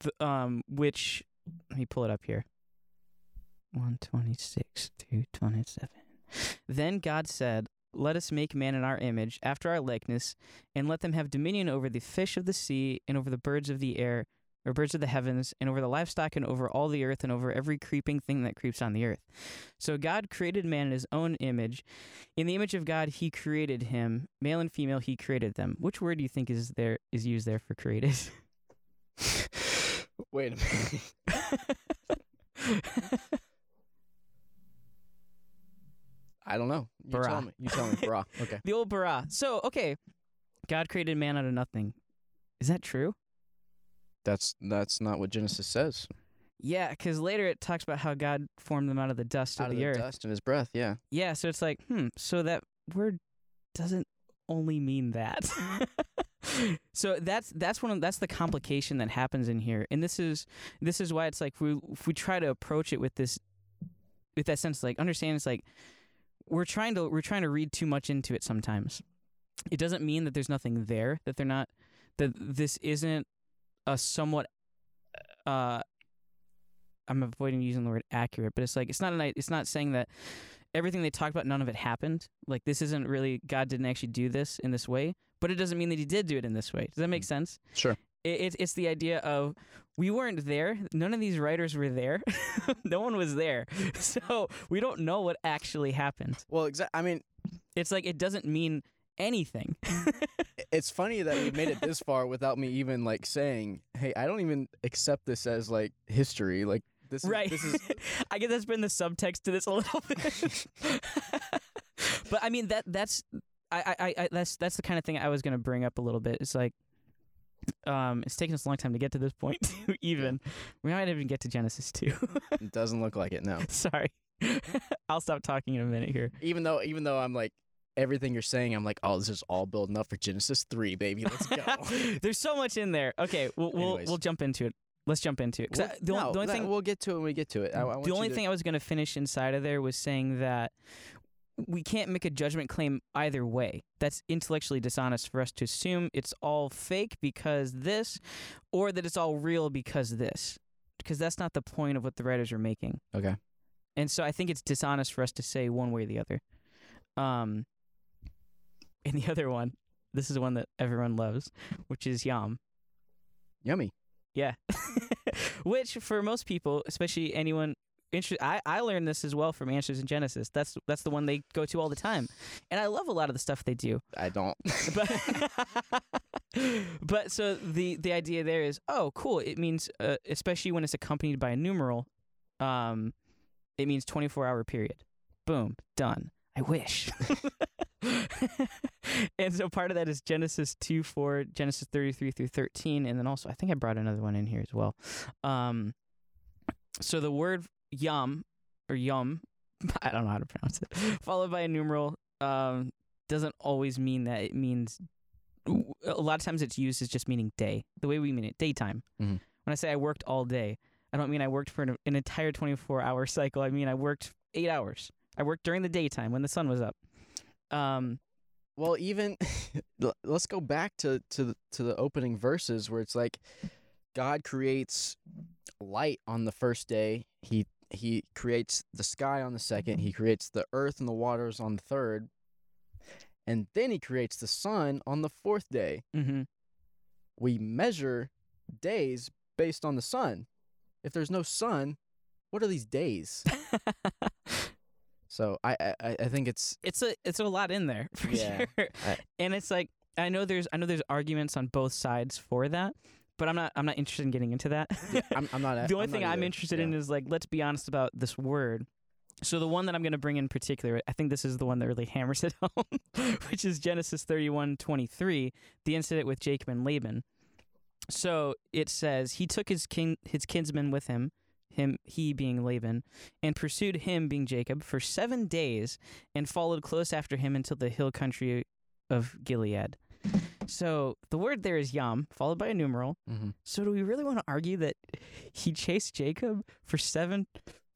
Speaker 1: th- um, which, let me pull it up here 126 through 27. Then God said, Let us make man in our image, after our likeness, and let them have dominion over the fish of the sea, and over the birds of the air, or birds of the heavens, and over the livestock, and over all the earth, and over every creeping thing that creeps on the earth. So God created man in his own image. In the image of God, he created him. Male and female, he created them. Which word do you think is there is used there for created?
Speaker 2: Wait a minute. I don't know. You tell
Speaker 1: Bara.
Speaker 2: me. You tell me. Bra. Okay.
Speaker 1: the old bara. So, okay. God created man out of nothing. Is that true?
Speaker 2: That's that's not what Genesis says.
Speaker 1: Yeah, because later it talks about how God formed them out of the dust
Speaker 2: Out
Speaker 1: of
Speaker 2: of
Speaker 1: the, earth.
Speaker 2: dust and his breath. Yeah.
Speaker 1: Yeah, so it's like, hmm, so that word doesn't only mean that. so that's that's one of, that's the complication that happens in here. And this is this is why it's like we if we try to approach it with this with that sense like understand it's like we're trying to we're trying to read too much into it sometimes. It doesn't mean that there's nothing there, that they're not that this isn't a somewhat uh I'm avoiding using the word accurate, but it's like it's not an it's not saying that everything they talked about, none of it happened. Like this isn't really God didn't actually do this in this way, but it doesn't mean that He did do it in this way. Does that make sense?
Speaker 2: Sure.
Speaker 1: It, it, it's the idea of we weren't there. None of these writers were there. no one was there, so we don't know what actually happened.
Speaker 2: Well, exactly. I mean,
Speaker 1: It's like it doesn't mean anything.
Speaker 2: it's funny that we made it this far without me even like saying, "Hey, I don't even accept this as like history." Like this. Is,
Speaker 1: Right.
Speaker 2: This is
Speaker 1: I guess that's been the subtext to this a little bit. but I mean that that's I, I, I that's that's the kind of thing I was gonna bring up a little bit. It's like um it's taken us a long time to get to this point too, even. We might even get to Genesis too.
Speaker 2: it doesn't look like it. No.
Speaker 1: Sorry. I'll stop talking in a minute here.
Speaker 2: Even though, even though I'm like everything you're saying, I'm like, "Oh, this is all building up for Genesis three, baby. Let's go."
Speaker 1: There's so much in there. Okay, we'll we'll,
Speaker 2: Anyways.
Speaker 1: we'll jump into it. Let's jump into it. 'Cause I- the, on-
Speaker 2: no,
Speaker 1: the only
Speaker 2: that-
Speaker 1: thing
Speaker 2: we'll get to it when we get to it. I, I want
Speaker 1: the
Speaker 2: you
Speaker 1: only
Speaker 2: to-
Speaker 1: thing I was going to finish inside of there was saying that we can't make a judgment claim either way. That's intellectually dishonest for us to assume it's all fake because this, or that it's all real because this, because that's not the point of what the writers are making.
Speaker 2: Okay.
Speaker 1: And so I think it's dishonest for us to say one way or the other. Um, and the other one, this is one that everyone loves, which is Yam.
Speaker 2: Yummy.
Speaker 1: Yeah. Which for most people, especially anyone inter- I, I learned this as well from Answers in Genesis. That's that's the one they go to all the time. And I love a lot of the stuff they do.
Speaker 2: I don't.
Speaker 1: But But so the the idea there is, oh cool, it means uh, especially when it's accompanied by a numeral, um it means 24-hour period. Boom, done. I wish. and so part of that is Genesis 2 4, Genesis 33 through 13. And then also, I think I brought another one in here as well. Um, so the word yum or yum, I don't know how to pronounce it, followed by a numeral um, doesn't always mean that. It means a lot of times it's used as just meaning day, the way we mean it, daytime.
Speaker 2: Mhm.
Speaker 1: When I say I worked all day, I don't mean I worked for an, an entire 24 hour cycle. I mean I worked eight hours. I worked during the daytime when the sun was up. Um,
Speaker 2: Well, even l- let's go back to to the, to the opening verses where it's like God creates light on the first day. He he creates the sky on the second. He creates the earth and the waters on the third. And then he creates the sun on the fourth day.
Speaker 1: Mm-hmm.
Speaker 2: We measure days based on the sun. If there's no sun, what are these days? So I I, I- I think it's
Speaker 1: it's a it's a lot in there for
Speaker 2: Yeah,
Speaker 1: sure.
Speaker 2: I-
Speaker 1: and it's like I know there's I know there's arguments on both sides for that, but I'm not I'm not interested in getting into that.
Speaker 2: I'm, I'm not
Speaker 1: the only
Speaker 2: not
Speaker 1: thing I'm
Speaker 2: either.
Speaker 1: interested
Speaker 2: Yeah.
Speaker 1: in is like let's be honest about this word. So the one that I'm going to bring in particular, I think this is the one that really hammers it home, which is Genesis 31:23, the incident with Jacob and Laban. So it says he took his kin his kinsman with him, him he being Laban, and pursued him being Jacob for 7 days and followed close after him until the hill country of Gilead. So the word there is yam, followed by a numeral,
Speaker 2: Mhm.
Speaker 1: so do we really want to argue that he chased Jacob for seven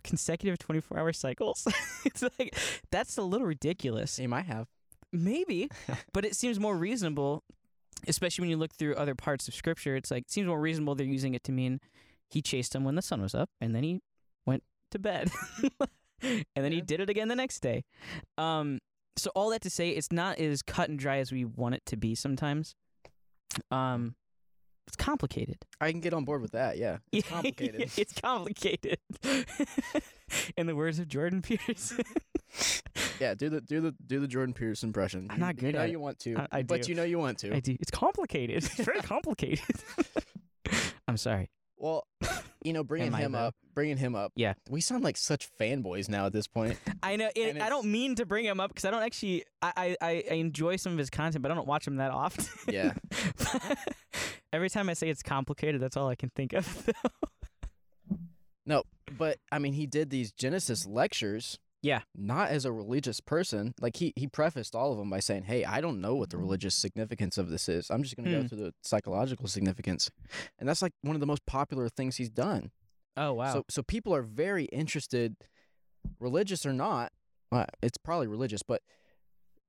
Speaker 1: consecutive 24-hour cycles? it's like that's a little ridiculous.
Speaker 2: He might have.
Speaker 1: Maybe, but it seems more reasonable, especially when you look through other parts of scripture. It's like it seems more reasonable they're using it to mean he chased him when the sun was up and then he went to bed. and then he
Speaker 2: Yeah.
Speaker 1: did it again the next day. Um so all that to say it's not as cut and dry as we want it to be sometimes. Um it's complicated.
Speaker 2: I can get on board with that. Yeah, it's
Speaker 1: Yeah,
Speaker 2: complicated.
Speaker 1: it's complicated. In the words of Jordan Peterson.
Speaker 2: yeah, do the do the do the Jordan Pierce impression.
Speaker 1: I'm
Speaker 2: You-
Speaker 1: not
Speaker 2: you
Speaker 1: good
Speaker 2: know
Speaker 1: at it.
Speaker 2: you want to,
Speaker 1: I- I
Speaker 2: but
Speaker 1: do.
Speaker 2: you know you want to.
Speaker 1: I do. It's complicated. It's very complicated. I'm sorry.
Speaker 2: well, you know, bringing
Speaker 1: Am I,
Speaker 2: him
Speaker 1: though?
Speaker 2: up, bringing him up.
Speaker 1: Yeah.
Speaker 2: we sound like such fanboys now at this point.
Speaker 1: I know. It,
Speaker 2: And
Speaker 1: I
Speaker 2: it's-
Speaker 1: don't mean to bring him up because I don't actually. I, I I I enjoy some of his content, but I don't watch him that often.
Speaker 2: Yeah.
Speaker 1: Every time I say it's complicated, that's all I can think of. though.
Speaker 2: but I mean, he did these Genesis lectures.
Speaker 1: Yeah.
Speaker 2: Not as a religious person. Like he he prefaced all of them by saying, "Hey, I don't know what the religious significance of this is. I'm just going to
Speaker 1: Mm-hmm. Hmm.
Speaker 2: go through the psychological significance." And that's like one of the most popular things he's done.
Speaker 1: Oh wow.
Speaker 2: So so people are very interested, religious or not. Uh, it's probably religious, but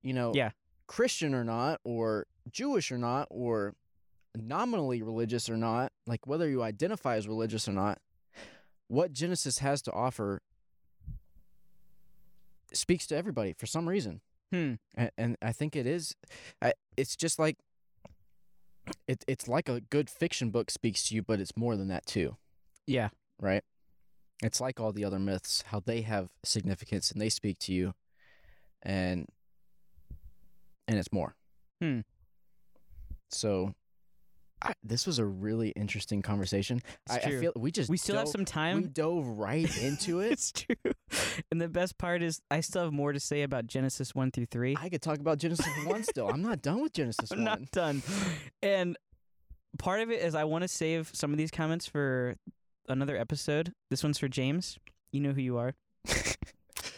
Speaker 2: you know,
Speaker 1: Yeah.
Speaker 2: Christian or not, or Jewish or not, or nominally religious or not. Like whether you identify as religious or not, what Genesis has to offer speaks to everybody for some reason.
Speaker 1: Hmm.
Speaker 2: And, and I think it is. I, it's just like. It, it's like a good fiction book speaks to you, but it's more than that too
Speaker 1: yeah.
Speaker 2: right? It's like all the other myths, how they have significance and they speak to you, and and it's more.
Speaker 1: Hmm.
Speaker 2: So, I, this was a really interesting conversation.
Speaker 1: It's
Speaker 2: I, I
Speaker 1: true.
Speaker 2: feel we just
Speaker 1: We still have
Speaker 2: dove-
Speaker 1: some time.
Speaker 2: We dove right into it.
Speaker 1: it's true. And the best part is, I still have more to say about Genesis one through three.
Speaker 2: I could talk about Genesis one still. I'm not done with Genesis
Speaker 1: I'm
Speaker 2: one.
Speaker 1: not done. And part of it is I want to save some of these comments for another episode. This one's for James. You know who you are.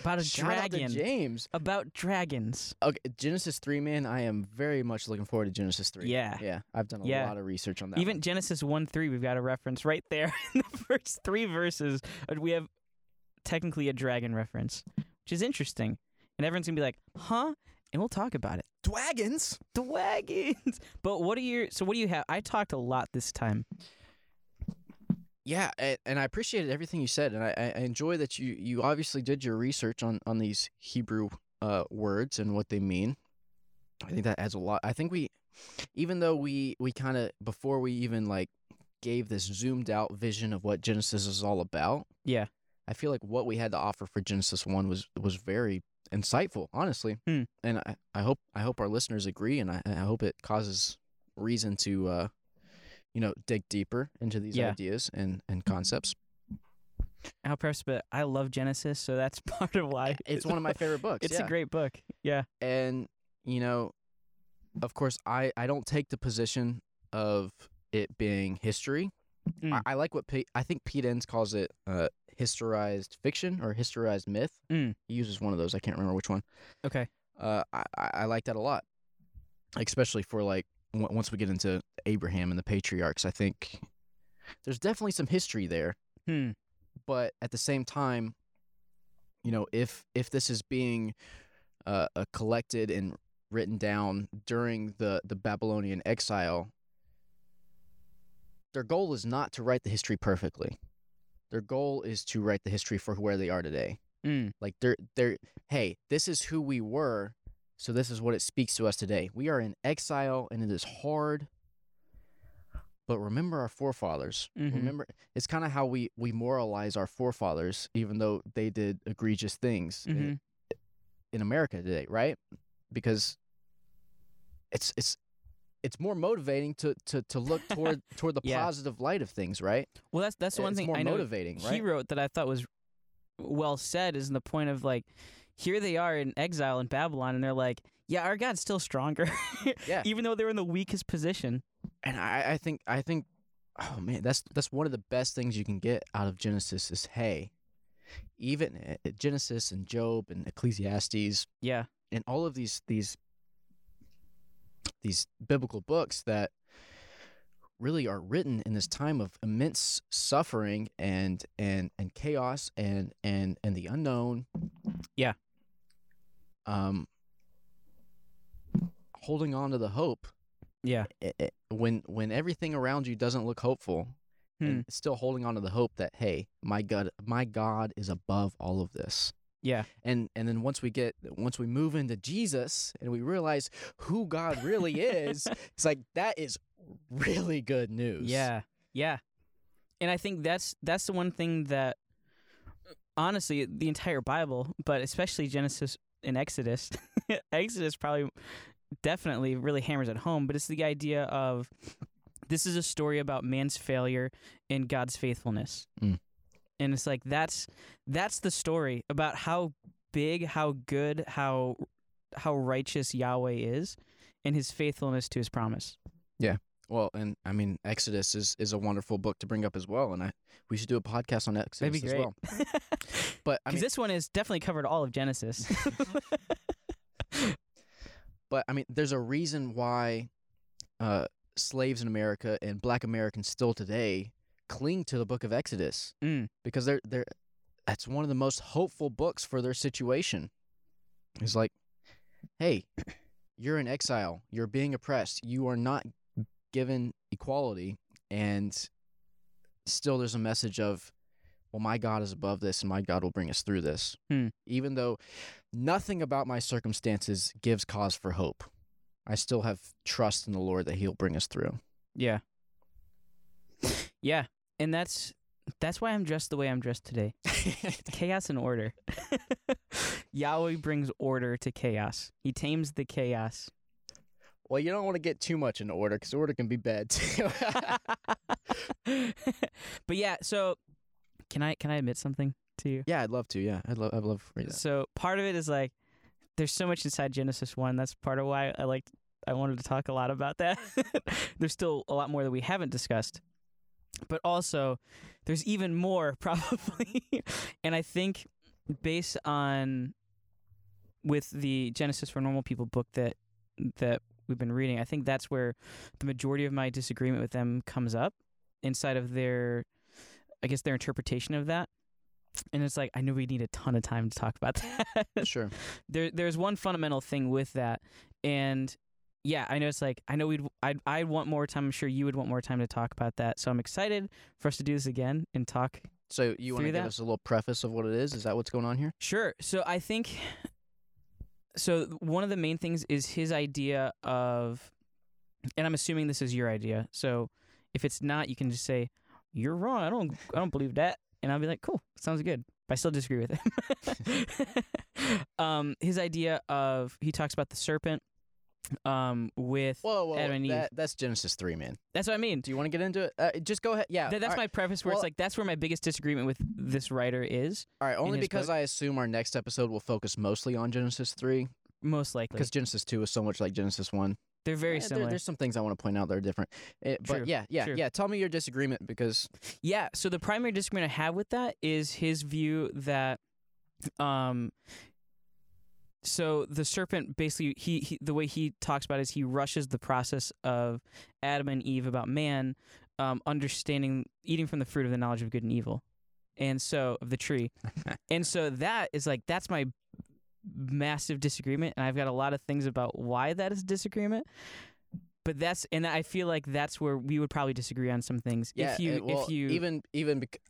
Speaker 1: About a
Speaker 2: Shout out to
Speaker 1: dragon.
Speaker 2: James.
Speaker 1: about dragons.
Speaker 2: Okay, Genesis three, man. I am very much looking forward to Genesis three.
Speaker 1: Yeah.
Speaker 2: yeah. I've done a
Speaker 1: Yeah.
Speaker 2: lot of research on that.
Speaker 1: Even
Speaker 2: one.
Speaker 1: Genesis 1 3, we've got a reference right there in the first three verses. Uh, We have technically a dragon reference, which is interesting. And everyone's going to be like, huh? And we'll talk about it.
Speaker 2: dragons.
Speaker 1: The wagons. But what are your. So, what do you have? I talked a lot this time.
Speaker 2: Yeah, and, and I appreciated everything you said, and I, I I enjoy that you you obviously did your research on on these Hebrew uh, words and what they mean. I think that adds a lot. I think we, even though we we kind of before we even like gave this zoomed out vision of what Genesis is all about.
Speaker 1: Yeah.
Speaker 2: I feel like what we had to offer for Genesis one was was very insightful, honestly.
Speaker 1: Hmm.
Speaker 2: And I, I hope I hope our listeners agree, and I, I hope it causes reason to uh, you know dig deeper into these
Speaker 1: Yeah.
Speaker 2: ideas and and concepts.
Speaker 1: Al Press, but I love Genesis, so that's part of why
Speaker 2: Eh, It's one of my favorite books.
Speaker 1: It's
Speaker 2: yeah.
Speaker 1: a great book. Yeah.
Speaker 2: and you know, of course, I I don't take the position of it being history.
Speaker 1: Mm.
Speaker 2: I, I like what Pete, I think Pete Enns calls it uh, historized fiction or historized myth.
Speaker 1: Mm.
Speaker 2: He uses one of those. I can't remember which one.
Speaker 1: Okay.
Speaker 2: uh, I, I I like that a lot, especially for like w- once we get into Abraham and the patriarchs. I think there's definitely some history there,
Speaker 1: Hmm.
Speaker 2: but at the same time, you know, if if this is being uh, uh, collected and written down during the the Babylonian exile, their goal is not to write the history perfectly. Their goal is to write the history for where they are today.
Speaker 1: Mm.
Speaker 2: Like they're they're hey, this is who we were, so this is what it speaks to us today. We are in exile and it is hard. But remember our forefathers.
Speaker 1: Mhm.
Speaker 2: Remember it's kind of how we we moralize our forefathers even though they did egregious things i-
Speaker 1: Mhm.
Speaker 2: in America today, right? Because it's it's it's more motivating to to to look toward toward the
Speaker 1: Yeah.
Speaker 2: positive light of things, right?
Speaker 1: Well, that's that's the one
Speaker 2: it's
Speaker 1: thing
Speaker 2: more
Speaker 1: I know
Speaker 2: motivating,
Speaker 1: he
Speaker 2: right?
Speaker 1: wrote that I thought was well said is in the point of like here they are in exile in Babylon and they're like yeah our God's still stronger
Speaker 2: Yeah.
Speaker 1: even though they were in the weakest position
Speaker 2: and I, I think I think oh man that's that's one of the best things you can get out of Genesis is hey even uh, Genesis and Job and Ecclesiastes
Speaker 1: yeah
Speaker 2: and all of these these these biblical books that really are written in this time of immense suffering and and and chaos and and and the unknown
Speaker 1: Yeah.
Speaker 2: um holding on to the hope
Speaker 1: yeah
Speaker 2: i- i- eh, when when everything around you doesn't look hopeful
Speaker 1: Hmm.
Speaker 2: and still holding on to the hope that hey my god my god is above all of this
Speaker 1: yeah
Speaker 2: and and then once we get once we move into jesus and we realize who god really is it's like that is really good news.
Speaker 1: Yeah. Yeah. And I think that's that's the one thing that honestly the entire Bible, but especially Genesis and Exodus. Exodus probably definitely really hammers it home, but it's the idea of this is a story about man's failure and God's faithfulness.
Speaker 2: Mm.
Speaker 1: And it's like that's that's the story about how big, how good, how how righteous Yahweh is and his faithfulness to his promise.
Speaker 2: Well, and I mean Exodus is is a wonderful book to bring up as well, and I we should do a podcast on Exodus
Speaker 1: That'd be
Speaker 2: as
Speaker 1: great.
Speaker 2: well. But I
Speaker 1: Because
Speaker 2: mean,
Speaker 1: this one is definitely covered all of Genesis.
Speaker 2: but I mean, there's a reason why uh, slaves in America and Black Americans still today cling to the Book of Exodus
Speaker 1: Mm.
Speaker 2: because they're they're that's one of the most hopeful books for their situation. It's like, hey, you're in exile, you're being oppressed, you are not given equality, and still there's a message of, well, my God is above this, and my God will bring us through this,
Speaker 1: Hmm.
Speaker 2: even though nothing about my circumstances gives cause for hope. I still have trust in the Lord that He'll bring us through.
Speaker 1: yeah. Yeah. And that's that's why I'm dressed the way I'm dressed today. chaos and order. Yahweh brings order to chaos. He tames the chaos.
Speaker 2: well, you don't want to get too much into order because order can be bad too.
Speaker 1: but yeah, so can I can I admit something to you?
Speaker 2: yeah, I'd love to. Yeah, I'd love. I'd love for you.
Speaker 1: So part of it is like there's so much inside Genesis one. That's part of why I like I wanted to talk a lot about that. there's still a lot more that we haven't discussed. But also there's even more probably. and I think based on with the Genesis for Normal People book that that we've been reading, I think that's where the majority of my disagreement with them comes up inside of their I guess their interpretation of that. And it's like I know we need a ton of time to talk about that.
Speaker 2: Sure.
Speaker 1: there there's one fundamental thing with that and yeah i know it's like i know we'd I'd, I'd want more time i'm sure you would want more time to talk about that so i'm excited for us to do this again and talk
Speaker 2: So you want to
Speaker 1: Through
Speaker 2: give
Speaker 1: that-
Speaker 2: us a little preface of what it is? Is that what's going on here?
Speaker 1: sure so i think so one of the main things is his idea of and i'm assuming this is your idea so if it's not you can just say you're wrong i don't i don't believe that and i'll be like cool sounds good but i still disagree with him um his idea of he talks about the serpent um with
Speaker 2: Whoa, whoa,
Speaker 1: Adam and Eve.
Speaker 2: that, that's Genesis three, man.
Speaker 1: That's what I mean.
Speaker 2: Do you want to get into it? Uh, just go ahead. Yeah,
Speaker 1: Th- that's
Speaker 2: all right.
Speaker 1: my preface where
Speaker 2: Well-
Speaker 1: it's like that's where my biggest disagreement with this writer is,
Speaker 2: All right, only
Speaker 1: his
Speaker 2: because I assume our next episode will focus mostly on Genesis three
Speaker 1: most likely.
Speaker 2: because Genesis two is so much like Genesis one.
Speaker 1: They're very
Speaker 2: Eh, there-
Speaker 1: similar.
Speaker 2: there's some things I want to point out that are different. Eh, but
Speaker 1: True,
Speaker 2: yeah, yeah,
Speaker 1: true.
Speaker 2: yeah. Tell me your disagreement because
Speaker 1: yeah, so the primary disagreement I have with that is his view that um so the serpent basically he, he the way he talks about it is he rushes the process of Adam and Eve about man um understanding eating from the fruit of the knowledge of good and evil. And so of the tree. and so that is like that's my massive disagreement and I've got a lot of things about why that is disagreement. But that's and I feel like that's where we would probably disagree on some things.
Speaker 2: yeah,
Speaker 1: if you
Speaker 2: eh, well,
Speaker 1: if you
Speaker 2: even even bec-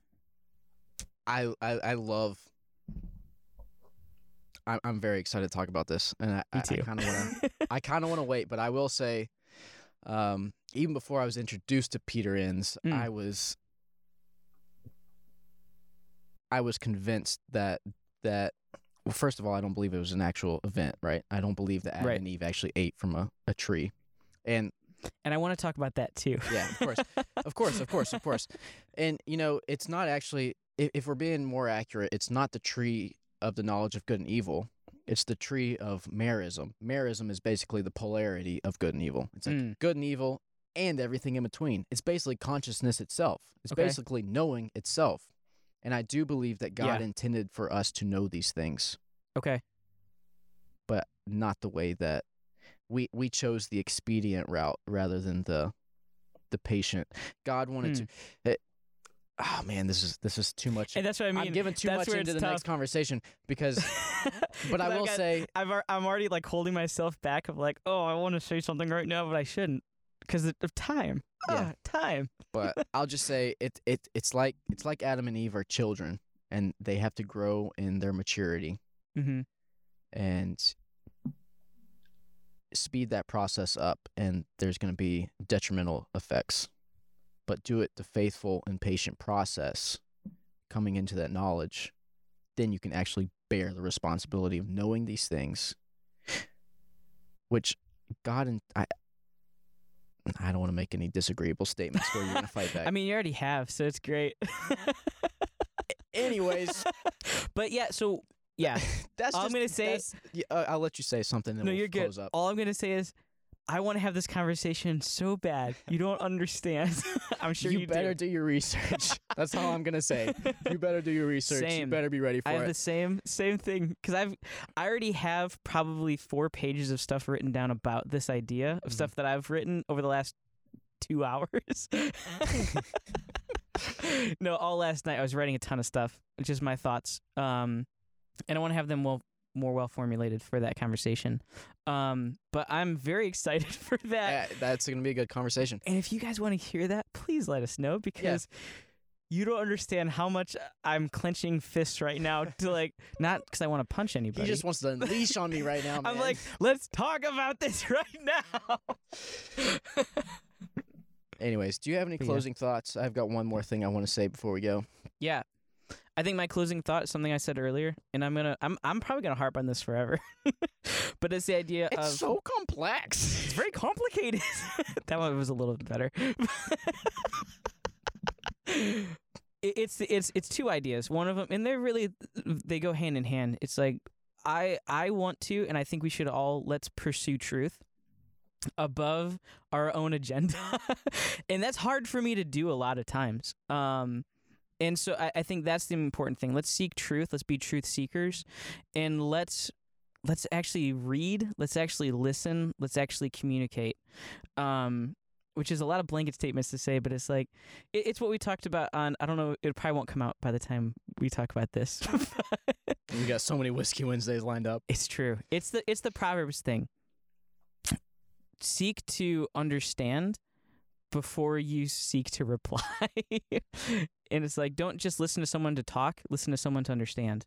Speaker 2: I, I I love. I'm I'm very excited to talk about this, and I, I,
Speaker 1: Me
Speaker 2: I
Speaker 1: too.
Speaker 2: kind of want to I kind of want to wait, but I will say, um, even before I was introduced to Peter Inns,
Speaker 1: Mm.
Speaker 2: I was I was convinced that that well, first of all, I don't believe it was an actual event, right? I don't believe that Adam
Speaker 1: Right.
Speaker 2: and Eve actually ate from a, a tree. And
Speaker 1: and I want to talk about that too.
Speaker 2: yeah, of course. of course, of course, of course. And you know, it's not actually if, if we're being more accurate, it's not the tree of the knowledge of good and evil. It's the tree of merism. Merism is basically the polarity of good and evil. It's like
Speaker 1: Mm.
Speaker 2: good and evil and everything in between. It's basically consciousness itself. It's
Speaker 1: Okay.
Speaker 2: basically knowing itself. And I do believe that God
Speaker 1: Yeah.
Speaker 2: intended for us to know these things,
Speaker 1: Okay.
Speaker 2: but not the way that we we chose the expedient route rather than the the patient. God wanted
Speaker 1: Hmm.
Speaker 2: to it, Oh man, this is this is too much.
Speaker 1: And that's what I mean.
Speaker 2: I'm giving too
Speaker 1: that's
Speaker 2: much
Speaker 1: where
Speaker 2: into
Speaker 1: it's
Speaker 2: the next conversation because but
Speaker 1: 'Cause
Speaker 2: I
Speaker 1: I've
Speaker 2: will
Speaker 1: got-
Speaker 2: say
Speaker 1: I've al- I'm already like holding myself back of like, "Oh, I want to say something right now, but I shouldn't because of time." Ah,
Speaker 2: Yeah.
Speaker 1: time.
Speaker 2: but I'll just say it it it's like it's like Adam and Eve are children and they have to Mm-hmm. grow in their maturity
Speaker 1: Mhm.
Speaker 2: and speed that process up and there's going to be detrimental effects. But do it the faithful and patient process coming into that knowledge. Then you can actually bear the responsibility of knowing these things, which God and I. I don't want to make any disagreeable statements where you're going to fight back.
Speaker 1: I mean, you already have, so it's great.
Speaker 2: Anyways,
Speaker 1: but yeah, so yeah,
Speaker 2: that's
Speaker 1: All I'm
Speaker 2: just-
Speaker 1: gonna say-
Speaker 2: that's- yeah, uh, I'll let you say something. Then
Speaker 1: no,
Speaker 2: we'll
Speaker 1: you're
Speaker 2: close
Speaker 1: good.
Speaker 2: up.
Speaker 1: All I'm gonna say is, I want to have this conversation so bad. You don't understand. I'm sure you,
Speaker 2: you, better do. your research. That's all I'm gonna say. You better do your research. You
Speaker 1: Same.
Speaker 2: better be ready for
Speaker 1: I have
Speaker 2: it.
Speaker 1: the same same thing because I've I already have probably four pages of stuff written down about this idea of
Speaker 2: Mhm.
Speaker 1: stuff that I've written over the last two hours. no, all last night I was writing a ton of stuff, just my thoughts, um, and I want to have them well more well formulated for that conversation. Um, but I'm very excited for that.
Speaker 2: Yeah, that's gonna be a good conversation.
Speaker 1: And if you guys want to hear that, please let us know because you don't understand how much I'm clenching fists right now to like not because I want to punch anybody.
Speaker 2: He just wants to unleash on me right now, man.
Speaker 1: I'm like, let's talk about this right now.
Speaker 2: Anyways, do you have any
Speaker 1: But yeah.
Speaker 2: closing thoughts? I've got one more thing I want to say before we go.
Speaker 1: yeah. I think my closing thought is something I said earlier, and I'm gonna I'm I'm probably gonna harp on this forever. but it's the idea of
Speaker 2: so complex.
Speaker 1: it's very complicated. that one was a little bit better. It- it's it's it's two ideas. One of them, and they're really they go hand in hand. It's like I I want to, and I think we should all let's pursue truth above our own agenda, and that's hard for me to do a lot of times. Um, and so I, I think that's the important thing. Let's seek truth. Let's be truth seekers, and let's let's actually read let's actually listen let's actually communicate um which is a lot of blanket statements to say but it's like it, it's what we talked about on i don't know it probably won't come out by the time we talk about this
Speaker 2: we got so many whiskey Wednesdays lined up.
Speaker 1: it's true it's the it's the proverbs thing seek to understand before you seek to reply and it's like don't just listen to someone to talk listen to someone to understand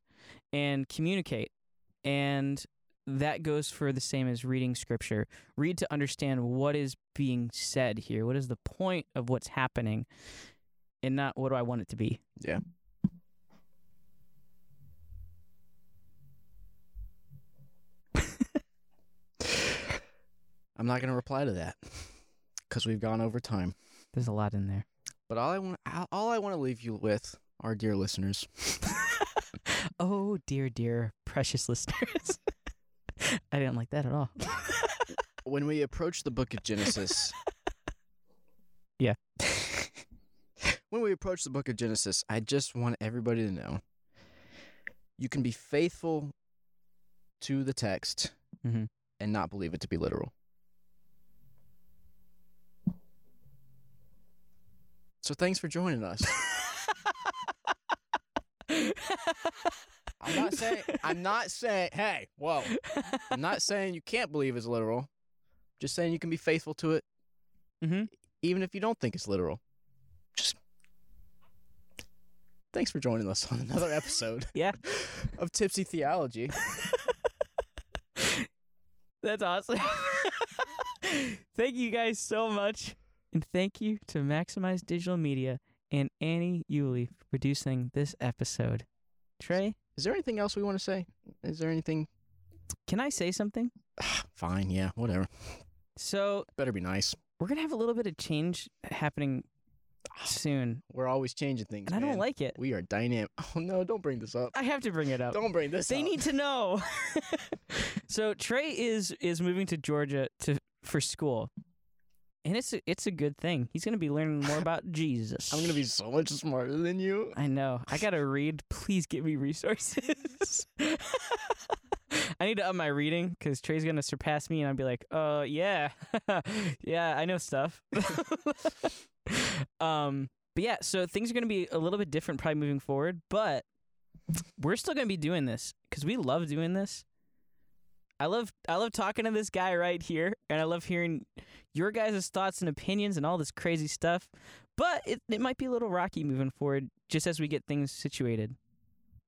Speaker 1: and communicate and that goes for the same as reading scripture read to understand what is being said here what is the point of what's happening and not what do i want it to be
Speaker 2: Yeah. I'm not gonna reply to that because we've gone over time.
Speaker 1: there's a lot in there
Speaker 2: But all I want, all I want to leave you with, our dear listeners,
Speaker 1: oh dear dear precious listeners i didn't like that at all
Speaker 2: when we approach the book of Genesis.
Speaker 1: Yeah.
Speaker 2: when we approach the book of Genesis, I just want everybody to know you can be faithful to the text
Speaker 1: Mhm.
Speaker 2: and not believe it to be literal. So thanks for joining us. I'm not saying I'm not saying hey, whoa. I'm not saying you can't believe it's literal. Just saying you can be faithful to it,
Speaker 1: Mhm.
Speaker 2: even if you don't think it's literal. Just thanks for joining us on another episode.
Speaker 1: Yeah.
Speaker 2: of Tipsy Theology.
Speaker 1: that's awesome thank you guys so much and thank you to maximize digital media and annie Yuli for producing this episode trey
Speaker 2: Is there anything else we want to say? Is there anything?
Speaker 1: can i say something
Speaker 2: Fine, yeah, whatever.
Speaker 1: so
Speaker 2: Better be nice.
Speaker 1: we're gonna have a little bit of change happening soon
Speaker 2: We're always changing things.
Speaker 1: and i don't
Speaker 2: man.
Speaker 1: like it
Speaker 2: We are dynamic. Oh no! Don't bring this up.
Speaker 1: i have to bring it up
Speaker 2: Don't bring this
Speaker 1: They
Speaker 2: up.
Speaker 1: need to know. so Trey is is moving to Georgia to for school, and it's a, it's a good thing. He's gonna be learning more about Jesus.
Speaker 2: I'm gonna be so much smarter than you.
Speaker 1: I know. I gotta read. Please give me resources. I need to up my reading because Trey's gonna surpass me, and I'll be like, "Uh, yeah, yeah, I know stuff." um, but yeah, so things are gonna be a little bit different probably moving forward, but we're still gonna be doing this because we love doing this. I love I love talking to this guy right here, and I love hearing your guys' thoughts and opinions and all this crazy stuff. But it, it might be a little rocky moving forward just as we get things situated.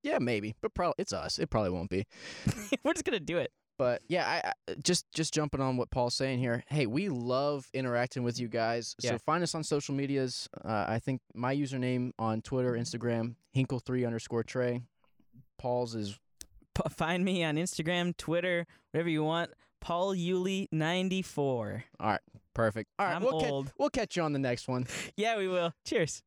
Speaker 2: Yeah, maybe, but probably it's us. It probably won't be.
Speaker 1: We're just going to do it.
Speaker 2: But yeah, I, I just just jumping on what Paul's saying here. Hey, we love interacting with you guys.
Speaker 1: Yeah.
Speaker 2: So find us on social medias. Uh, I think my username on Twitter, Instagram, Hinkle three underscore Trey. Paul's is
Speaker 1: P- find me on Instagram, Twitter, whatever you want. Paul Yuli ninety four.
Speaker 2: perfect. All right,
Speaker 1: I'm
Speaker 2: we'll, ca-
Speaker 1: old.
Speaker 2: we'll catch you on the next one.
Speaker 1: Yeah, we will. Cheers.